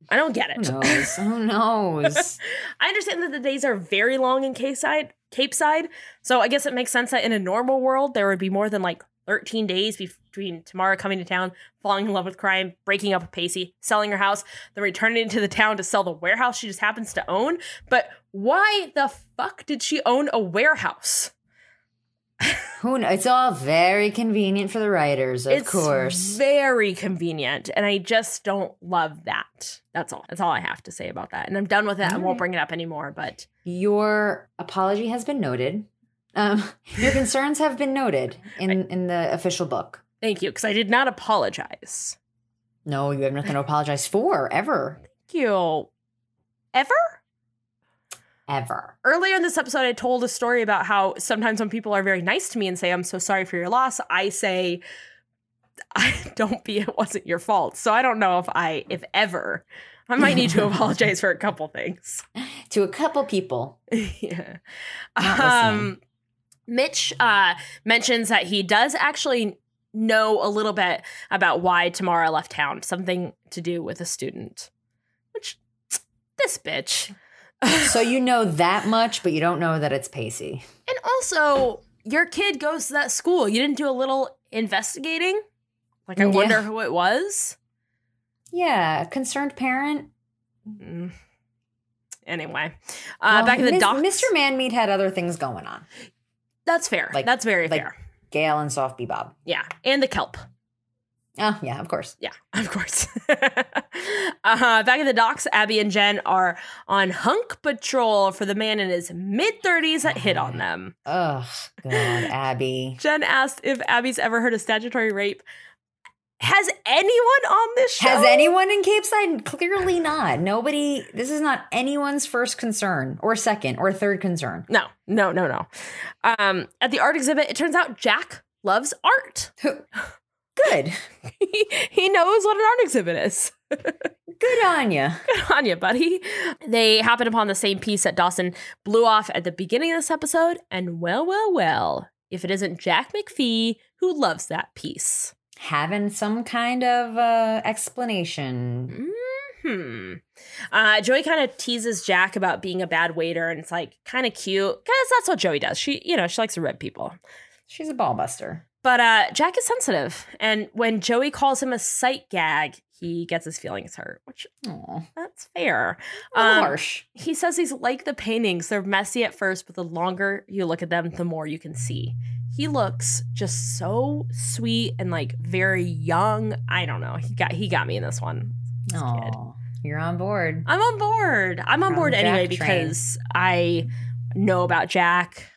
S1: I don't get
S2: Who
S1: it.
S2: knows? Who knows?
S1: I understand that the days are very long in Cape Side, Cape Side. So I guess it makes sense that in a normal world there would be more than like 13 days bef- between Tamara coming to town, falling in love with crime, breaking up with Pacey, selling her house, then returning to the town to sell the warehouse she just happens to own. But why the fuck did she own a warehouse?
S2: Who knows? It's all very convenient for the writers, of
S1: it's
S2: course.
S1: very convenient, and I just don't love that. That's all. That's all I have to say about that. And I'm done with it. I won't
S2: Alright.
S1: bring it up anymore. But
S2: Your apology has been noted. Um, your concerns have been noted in, in the official book.
S1: thank you, because I did not apologize.
S2: No, you have nothing to apologize for, ever,
S1: Thank you. Ever?
S2: ever.
S1: Earlier in this episode, I told a story about how sometimes when people are very nice to me and say, I'm so sorry for your loss, I say, I don't be, it wasn't your fault. So I don't know if I, if ever, I might need to apologize for a couple things.
S2: To a couple people.
S1: yeah.
S2: Not
S1: Um, Mitch uh, mentions that he does actually know a little bit about why Tamara left town, something to do with a student, which this bitch.
S2: So you know that much, but you don't know that it's Pacey.
S1: And also, your kid goes to that school. You didn't do a little investigating? Like, I
S2: Yeah.
S1: wonder who it was?
S2: Yeah, concerned parent.
S1: Mm. Anyway, uh,
S2: Well,
S1: back in the
S2: Mis-
S1: doc.
S2: Mr. Manmeat had other things going on.
S1: That's fair.
S2: like-
S1: That's very
S2: like-
S1: fair.
S2: Gail and Soft Bob.
S1: Yeah. And the kelp.
S2: Oh, yeah, of course.
S1: Yeah, of course. uh, back in the docks, Abby and Jen are on hunk patrol for the man in his mid 30s that hit on them.
S2: Ugh, God, Abby.
S1: Jen asked if Abby's ever heard of statutory rape. Has anyone on this show?
S2: Has anyone in Cape Side? Clearly not. Nobody, this is not anyone's first concern or second or third concern.
S1: No, no, no, no. Um, at the art exhibit, it turns out Jack loves art.
S2: Good.
S1: he, he knows what an art exhibit is.
S2: Good on you.
S1: Good on you, buddy. They happen upon the same piece that Dawson blew off at the beginning of this episode, and well, well, well, if it isn't Jack McPhee who loves that piece.
S2: Having some kind of uh, explanation.
S1: Hmm. Uh, Joey kind of teases Jack about being a bad waiter, and it's like kind of cute because that's what Joey does. She, you know, she likes to rib people.
S2: She's a ball buster.
S1: But uh, Jack is sensitive, and when Joey calls him a sight gag, he gets his feelings hurt, which
S2: Aw,
S1: that's fair.
S2: a little
S1: Um,
S2: harsh.
S1: he says he's like the paintings; they're messy at first, but the longer you look at them, the more you can see. He looks just so sweet and like very young. I don't know. He got he got me in this one. this kid.
S2: Oh, you're on board.
S1: I'm on board. I'm on
S2: From
S1: board
S2: Jack
S1: anyway
S2: train.
S1: because I know about Jack.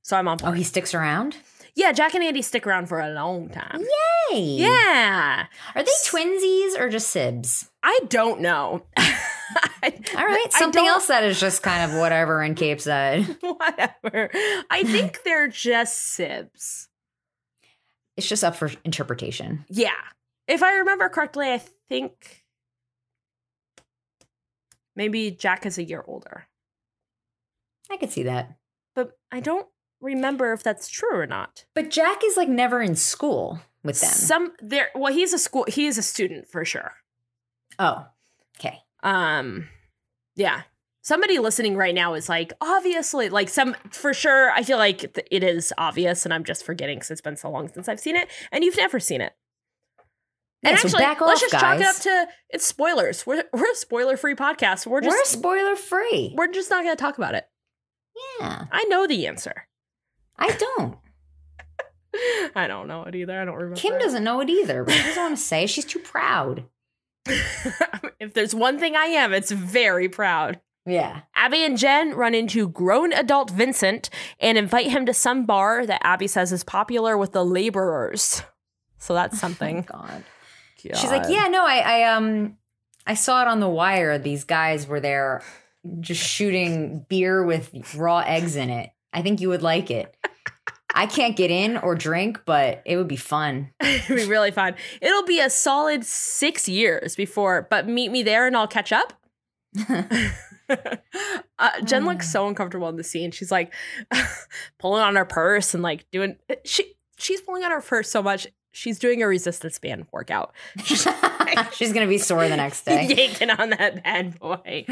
S1: So I'm on
S2: Oh,
S1: board.
S2: he sticks around?
S1: Yeah, Jack and Andy stick around for a long time.
S2: Hey.
S1: yeah.
S2: Are they twinsies or just sibs?
S1: I don't know. I-
S2: All right.
S1: I
S2: Something
S1: don't-
S2: else that is just kind of whatever in Cape Side.
S1: Whatever. I think they're just sibs.
S2: It's just up for interpretation.
S1: Yeah. If I remember correctly, I think maybe Jack is a year older,
S2: I could see that.
S1: but I don't remember if that's true or not.
S2: But Jack is like never in school with them.
S1: Some there. Well, he's a school. He is a student for sure.
S2: oh, okay.
S1: Um, yeah. Somebody listening right now is like, obviously, like some for sure. I feel like th- it is obvious, and I'm just forgetting because it's been so long since I've seen it, and you've never seen it.
S2: Yeah,
S1: and
S2: so
S1: actually,
S2: back
S1: let's
S2: off,
S1: just chalk it up
S2: guys.
S1: to it's spoilers. We're we're a spoiler free podcast. We're
S2: We're
S1: just
S2: spoiler free.
S1: we're, just not going to talk about it.
S2: Yeah,
S1: I know the answer.
S2: I don't.
S1: I don't know it either. I don't remember.
S2: Kim doesn't know it either, but she doesn't want to say. She's too proud.
S1: if there's one thing I am, it's very proud.
S2: Yeah.
S1: Abby and Jen run into grown adult Vincent and invite him to some bar that Abby says is popular with the laborers. So that's something.
S2: God. She's like, yeah, no, I, I um, I saw it on the wire. These guys were there, just shooting beer with raw eggs in it. I think you would like it. I can't get in or drink, but it would be fun.
S1: It'd be really fun. It'll be a solid six years before, but meet me there and I'll catch up. uh, Jen looks so uncomfortable in the scene. She's like pulling on her purse and like doing she she's pulling on her purse so much. She's doing a resistance band workout,
S2: She's gonna be sore the next day.
S1: yanking on that bad boy.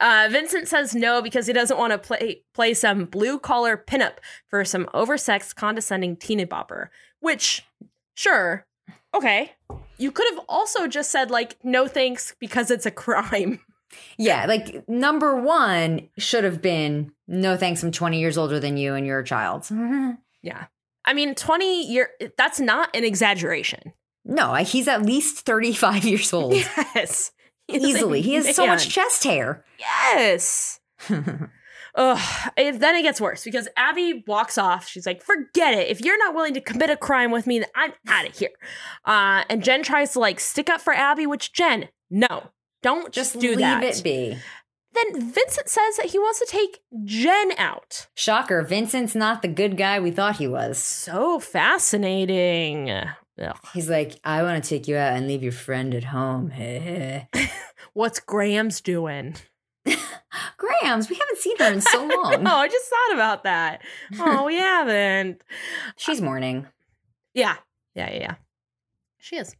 S1: Uh, Vincent says no because he doesn't want to play play some blue collar pinup for some oversexed, condescending teeny bopper. Which, sure, okay. You could have also just said like no thanks because it's a crime.
S2: Yeah, like number one should have been no thanks. I'm 20 years older than you, and you're a child. no,
S1: Yeah, I mean twenty year. That's not an exaggeration.
S2: I- he's at least 35 years old.
S1: Yes, He's a
S2: Easily, he has so much
S1: man.
S2: chest hair.
S1: Yes. Ugh. And then it gets worse because Abby walks off. She's like, forget it. If you're not willing to commit a crime with me, then I'm out of here. Uh, and Jen tries to like stick up for Abby, which Jen, no, don't just,
S2: Just
S1: do
S2: leave
S1: that.
S2: it be.
S1: Then Vincent says that he wants to take Jen out.
S2: Shocker, Vincent's not the good guy we thought he was.
S1: So fascinating. Ugh.
S2: He's like, I want to take you out and leave your friend at home. Graham's,
S1: What's Graham's doing?
S2: we haven't seen her in so
S1: Oh,
S2: long.
S1: I just thought about that. Oh, we haven't.
S2: She's mourning.
S1: Yeah. Yeah, yeah, yeah. She is.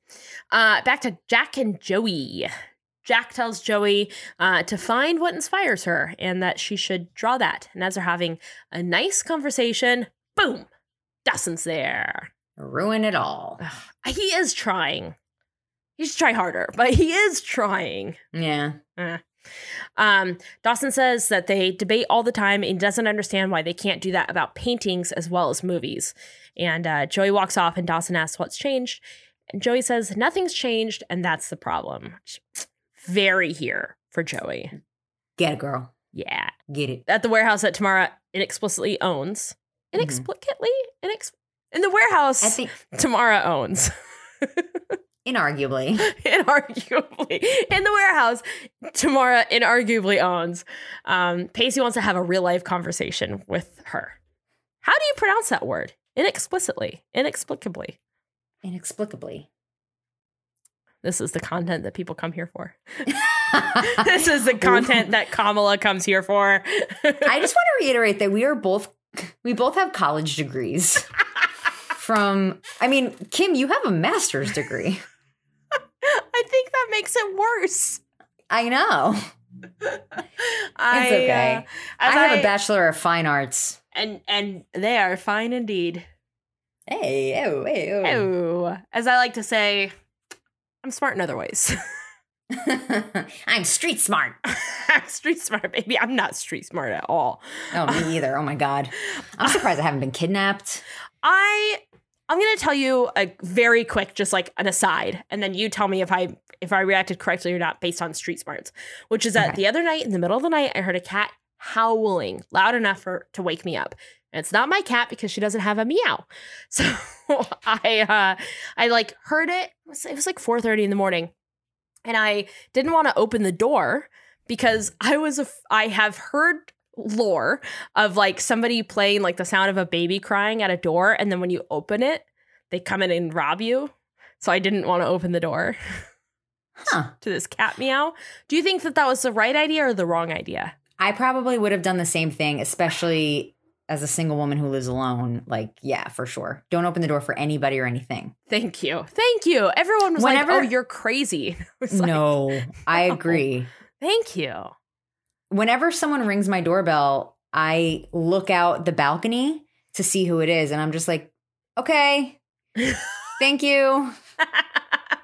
S1: Uh, back to Jack and Joey. Jack tells Joey uh, to find what inspires her and that she should draw that. And as they're having a nice conversation, boom, Dustin's there.
S2: Ruin it all.
S1: He is trying. He should try harder, but he is trying.
S2: Yeah.
S1: Um, Dawson says that they debate all the time and doesn't understand why they can't do that about paintings as well as movies. And uh, Joey walks off, and Dawson asks what's changed. And Joey says nothing's changed, and that's the problem. Very here for Joey.
S2: Get it, girl.
S1: Yeah.
S2: Get it.
S1: At the warehouse that Tamara inexplicitly owns.
S2: Mhm.
S1: Inexplicably? Inex- in the warehouse
S2: I think,
S1: Tamara owns.
S2: inarguably.
S1: inarguably in the warehouse tamara inarguably owns um, pacey wants to have a real life conversation with her how do you pronounce that word inexplicitly inexplicably
S2: Inexplicably.
S1: this is the content that people come here for this is the content that kamala comes here for
S2: I just want to reiterate that we are both we both have college degrees. From I mean, Kim, you have a master's degree.
S1: i think that makes it worse
S2: I know.
S1: I,
S2: It's okay.
S1: uh,
S2: I
S1: as
S2: have a
S1: I-
S2: bachelor of fine arts.
S1: and and they are fine indeed
S2: Hey, oh, hey, oh.
S1: oh as i like to say i'm smart in other ways Oh.
S2: I'm street smart.
S1: I'm street smart, baby. I'm not street smart at all.
S2: Oh, me either. Oh my god. I'm surprised I haven't been kidnapped.
S1: I I'm gonna tell you a very quick, just like an aside, and then you tell me if I if I reacted correctly or not based on street smarts. Which is that
S2: Okay.
S1: the other night in the middle of the night, I heard a cat howling loud enough for to wake me up. And it's not my cat because she doesn't have a meow. So I uh I like heard it. It was, it was like 4:30 in the morning, and I didn't want to open the door because I was a f- I have heard lore of like somebody playing like the sound of a baby crying at a door and then when you open it they come in and rob you so i didn't want to open the door
S2: Huh.
S1: to this cat meow do you think that that was the right idea or the wrong idea
S2: I probably would have done the same thing, especially as a single woman who lives alone. Like, yeah, for sure. Don't open the door for anybody or anything.
S1: thank you thank you everyone was
S2: Whenever-
S1: like oh you're crazy I was like, Oh.
S2: no, I agree.
S1: thank you
S2: Whenever someone rings my doorbell, I look out the balcony to see who it is, and I'm just like, okay, thank you.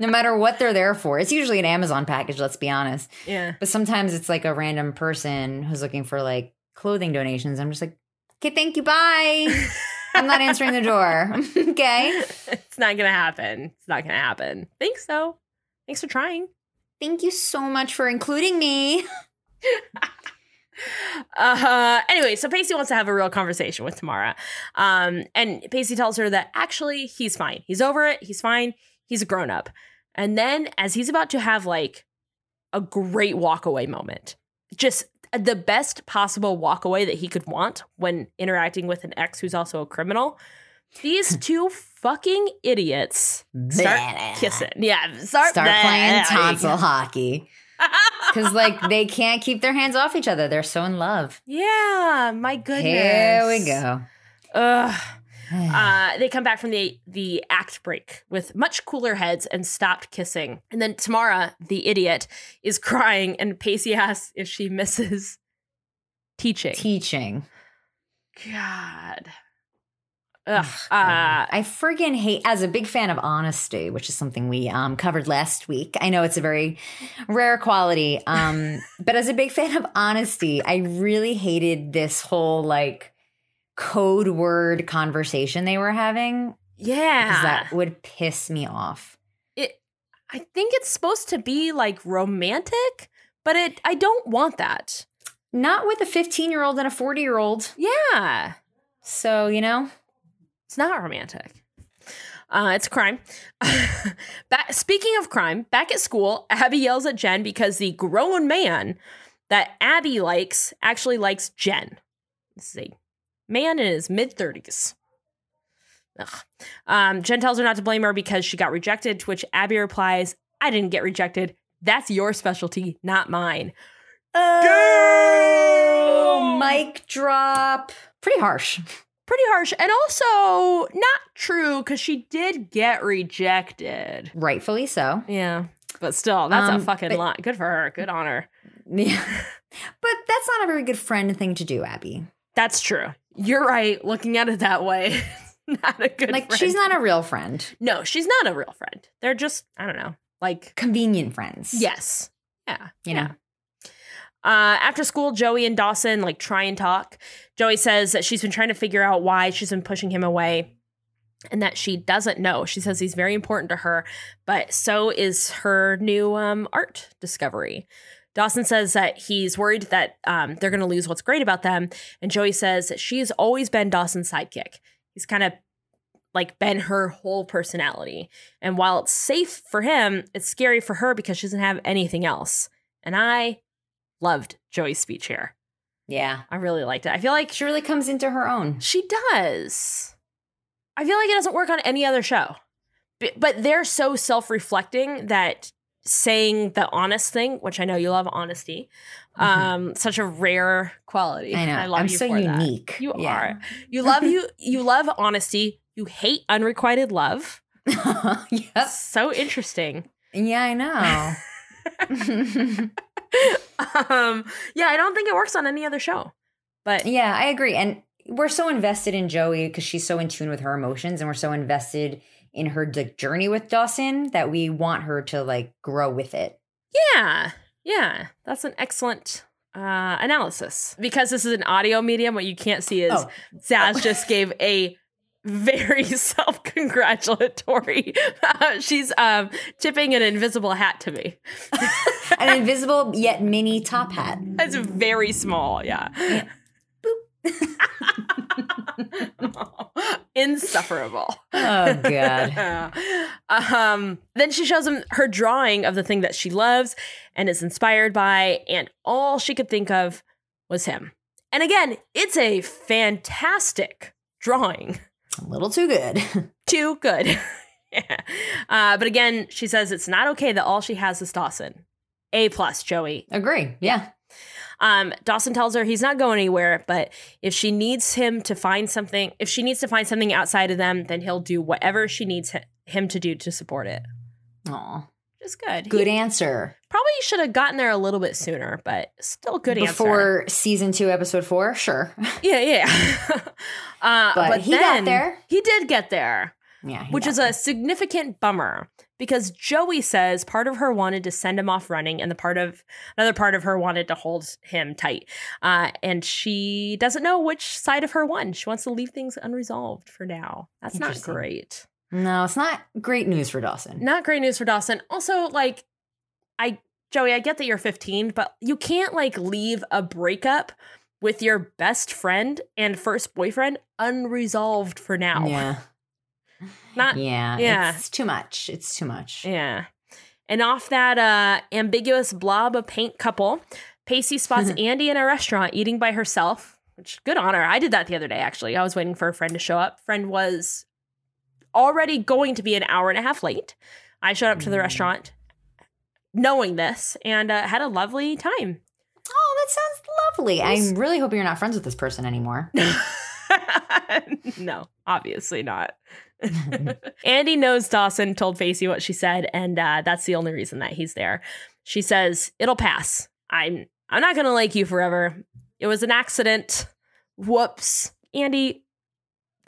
S2: No matter what they're there for, it's usually an Amazon package, let's be honest.
S1: yeah
S2: But sometimes it's like a random person who's looking for like clothing donations. I'm just like, okay, thank you, bye. I'm not answering the door. okay.
S1: it's not gonna happen. It's not gonna happen. Thanks though. Thanks for trying.
S2: Thank you so much for including me.
S1: Uh, anyway, so Pacey wants to have a real conversation with Tamara. Um, and Pacey tells her that actually he's fine. He's over it. He's fine. He's a grown up. And then, as he's about to have like a great walk away moment, just the best possible walk away that he could want when interacting with an ex who's also a criminal, these two fucking idiots start kissing. Yeah, start,
S2: Start playing tonsil hockey. Because, like, they can't keep their hands off each other. They're so in love.
S1: Yeah, my goodness.
S2: Here we go.
S1: Ugh. Uh, they come back from the the act break with much cooler heads and stopped kissing. And then Tamara, the idiot, is crying, and Pacey asks if she misses teaching.
S2: Teaching.
S1: God. Ugh. Uh,
S2: God. I friggin' hate, as a big fan of honesty, which is something we um, covered last week. I know it's a very rare quality, um, but as a big fan of honesty, I really hated this whole like code word conversation they were having because
S1: yeah.
S2: that would piss me off.
S1: it, I think it's supposed to be like romantic, but it I don't want that.
S2: Not with a 15 year old and a 40 year old.
S1: Yeah.
S2: So, you know,
S1: It's not romantic. Uh, it's a crime. back, speaking of crime, back at school, Abby yells at Jen because the grown man that Abby likes actually likes Jen. This is a man in his mid 30s. Um, Jen tells her not to blame her because she got rejected, to which Abby replies, I didn't get rejected. That's your specialty, not mine.
S2: Oh, mic drop. Pretty harsh.
S1: Pretty harsh and also not true because she did get rejected.
S2: Rightfully so.
S1: Yeah. But still, that's
S2: Um,
S1: a fucking
S2: but-
S1: lot. Good for her. Good on her.
S2: Yeah. but that's not a very good friend thing to do, Abby.
S1: That's true. You're right. Looking at it that way, not a good
S2: like,
S1: friend.
S2: she's not a real friend.
S1: No, she's not a real friend. They're just, I don't know, like,
S2: Convenient friends.
S1: yes. Yeah.
S2: You
S1: yeah.
S2: know?
S1: Uh, after school, Joey and Dawson like try and talk. Joey says that she's been trying to figure out why she's been pushing him away and that she doesn't know. She says he's very important to her, but so is her new um, art discovery. Dawson says that he's worried that um, they're going to lose what's great about them. And Joey says that she's always been Dawson's sidekick. He's kind of like been her whole personality. And while it's safe for him, it's scary for her because she doesn't have anything else. And I loved Joey's speech here.
S2: Yeah.
S1: I really liked it. I feel like
S2: She really comes into her own.
S1: she does. I feel like it doesn't work on any other show. B- But they're so self reflecting that saying the honest thing, which I know you love honesty, um, such a rare quality.
S2: Mm-hmm. I know.
S1: I love
S2: am
S1: you
S2: so
S1: for that.
S2: unique.
S1: You are. You love you you love honesty. You hate unrequited love.
S2: are. yep.
S1: So interesting.
S2: Yeah, I know.
S1: um, yeah, I don't think it works on any other show. But
S2: yeah, I agree. And we're so invested in Joey because she's so in tune with her emotions and we're so invested in her like, journey with Dawson that we want her to like grow with it.
S1: Yeah, yeah, that's an excellent uh, analysis. Because this is an audio medium, what you can't see is
S2: Oh.
S1: Zaz just gave a very self-congratulatory. she's um, tipping an invisible hat to me.
S2: An invisible yet mini top hat.
S1: That's very small. Yeah. Insufferable.
S2: Oh god.
S1: um, then she shows him her drawing of the thing that she loves and is inspired by, and all she could think of was him. And again, it's a fantastic drawing.
S2: A little too good.
S1: Too good. yeah. uh, but again, she says it's not okay that all she has is Dawson. A plus, Joey.
S2: Agree. Yeah.
S1: Um, Dawson tells her he's not going anywhere, but if she needs him to find something, if she needs to find something outside of them, then he'll do whatever she needs hi- him to do to support it.
S2: Aw.
S1: Which is good.
S2: Good answer.
S1: Probably should have gotten there a little bit sooner, but still good
S2: Before season two, episode four, sure.
S1: answer. Yeah, yeah. uh,
S2: But he got
S1: then-
S2: there.
S1: He did get there.
S2: Yeah. he
S1: which is
S2: got
S1: a significant bummer because Joey says part of her wanted to send him off running, and the part of another part of her wanted to hold him tight, uh, and she doesn't know which side of her won. She wants to leave things unresolved for now. That's not
S2: Interesting.
S1: great.
S2: it. No, it's not great news for Dawson.
S1: Not great news for Dawson. Also, like, I Joey, I get that you're 15, but you can't like leave a breakup with your best friend and first boyfriend unresolved for now.
S2: Yeah.
S1: Not
S2: yeah.
S1: yeah.
S2: It's too much. It's too much.
S1: Yeah. And off that uh, ambiguous blob of paint couple, Pacey spots Andy in a restaurant eating by herself, which good on her. I did that the other day, actually. I was waiting for a friend to show up. Friend was already going to be an hour and a half late. I showed up to the
S2: Mm.
S1: restaurant knowing this and uh, had a lovely time.
S2: Oh, that sounds lovely.
S1: Yes.
S2: I'm really hoping you're not friends with this person anymore.
S1: no, obviously not. Andy knows Dawson told Facey what she said, and uh, that's the only reason that he's there. She says, "It'll pass. I'm I'm not gonna like you forever. It was an accident. Whoops." Andy,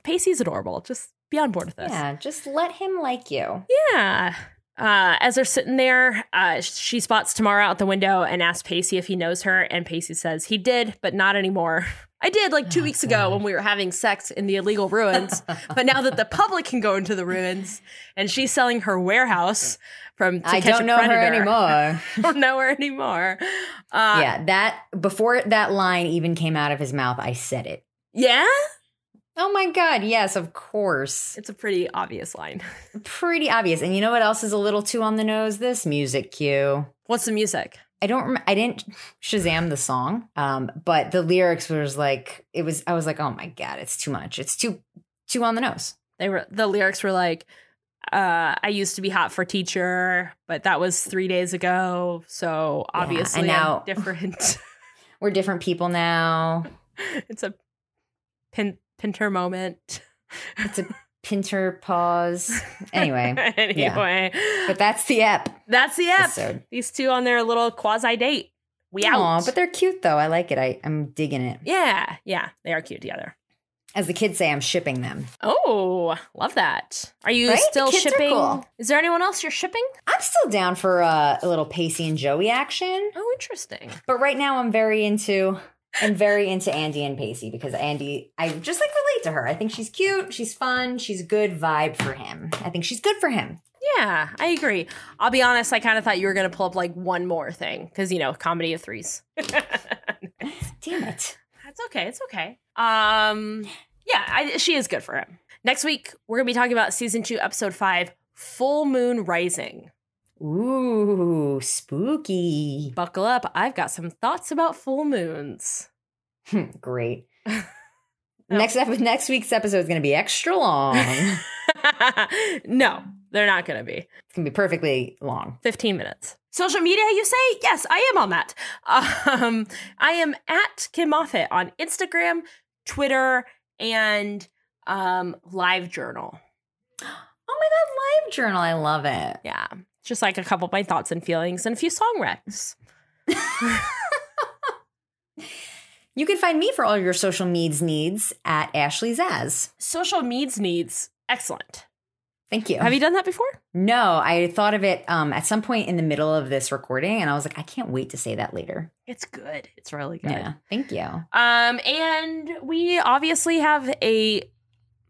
S1: Pacey's adorable. Just be on board with this.
S2: Yeah, just let him like you.
S1: Yeah. Uh, as they're sitting there, uh, she spots Tamara out the window and asks Pacey if he knows her. And Pacey says he did, but not anymore. I did like two
S2: Oh,
S1: weeks
S2: God.
S1: ago when we were having sex in the illegal ruins. but now that the public can go into the ruins and she's selling her warehouse from to
S2: I
S1: Catch a
S2: don't know her
S1: Predator,
S2: anymore.
S1: I don't know her anymore. Uh,
S2: yeah, that before that line even came out of his mouth, I said it.
S1: yeah,
S2: Oh my god, yes, of course.
S1: it's a pretty obvious line.
S2: Pretty obvious. And you know what else is a little too on the nose? This music cue.
S1: What's the music?
S2: I don't. Rem- I didn't Shazam the song, um, but the lyrics was like it was. I was like, oh my god, it's too much. It's too too on the nose.
S1: They were the lyrics were like, uh, "I used to be hot for teacher, but that was three days ago. So
S2: Yeah,
S1: obviously,
S2: and
S1: now
S2: now-
S1: different.
S2: We're different people now.
S1: it's a pin pinter moment.
S2: It's a pinter pause. Anyway,
S1: anyway,
S2: but that's the app
S1: that's the app.
S2: episode.
S1: These two on their little quasi date. We
S2: Aw,
S1: out.
S2: but they're cute though. I like it. I, I'm digging it.
S1: yeah, yeah, they are cute together.
S2: As the kids say, I'm shipping them.
S1: Oh, love that. Are you
S2: Right? The
S1: still
S2: kids are
S1: shipping?
S2: cool.
S1: Is there anyone else you're shipping?
S2: I'm still down for uh, a little Pacey and Joey action,
S1: Oh, interesting.
S2: but right now I'm very into. I'm very into Andy and Pacey because Andy, I just like relate to her. I think she's cute, she's fun, she's a good vibe for him. I think she's good for him.
S1: Yeah, I agree. I'll be honest, I kind of thought you were going to pull up like one more thing because, you know, comedy of threes. That's
S2: Damn it.
S1: okay. It's okay. Um, yeah, I, she is good for him. Next week, we're going to be talking about season two, episode five Full Moon Rising.
S2: Ooh, spooky.
S1: Buckle up. I've got some thoughts about full moons.
S2: Hmm, Great.
S1: No.
S2: Next ep- next week's episode is going to be extra long. it's
S1: no, they're not going to be.
S2: going to be perfectly long.
S1: 15 minutes. Social media, you say? Yes, I am on that. Um, I am at Kim Moffitt on Instagram, Twitter, and um, Live Journal.
S2: Oh my god, live journal. I love it.
S1: Yeah, just like a couple of my thoughts and feelings and a few song recs.
S2: You can find me for all your social needs needs at Ashley Zaz.
S1: Social needs needs excellent.
S2: Thank you.
S1: Have you done that before?
S2: No, I thought of it um, at some point in the middle of this recording, and I was like, I can't wait to say that later.
S1: It's good. It's really good.
S2: Yeah, thank you.
S1: Um, and we obviously have a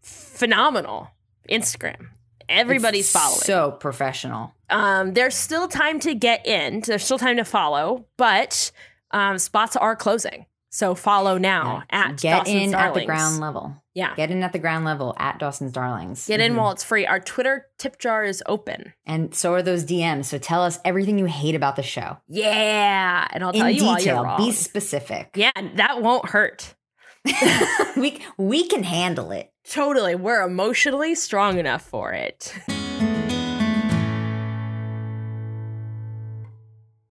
S1: phenomenal Instagram. Everybody's
S2: It's
S1: following.
S2: So professional.
S1: Um, there's still time to get in. There's still time to follow, but um, spots are closing. So follow now Oh, at
S2: get
S1: Dawson's
S2: in at
S1: Darlings.
S2: the ground level.
S1: Yeah.
S2: Get in at the ground level at Dawson's Darlings.
S1: Get in
S2: Mhm.
S1: while it's free. Our Twitter tip jar is open.
S2: and so are those DMs. So tell us everything you hate about the show
S1: Yeah, and I'll
S2: in
S1: tell you all you're
S2: detail.
S1: wrong.
S2: Be specific.
S1: yeah, that won't hurt.
S2: we we can handle it.
S1: Totally, we're emotionally strong enough for it.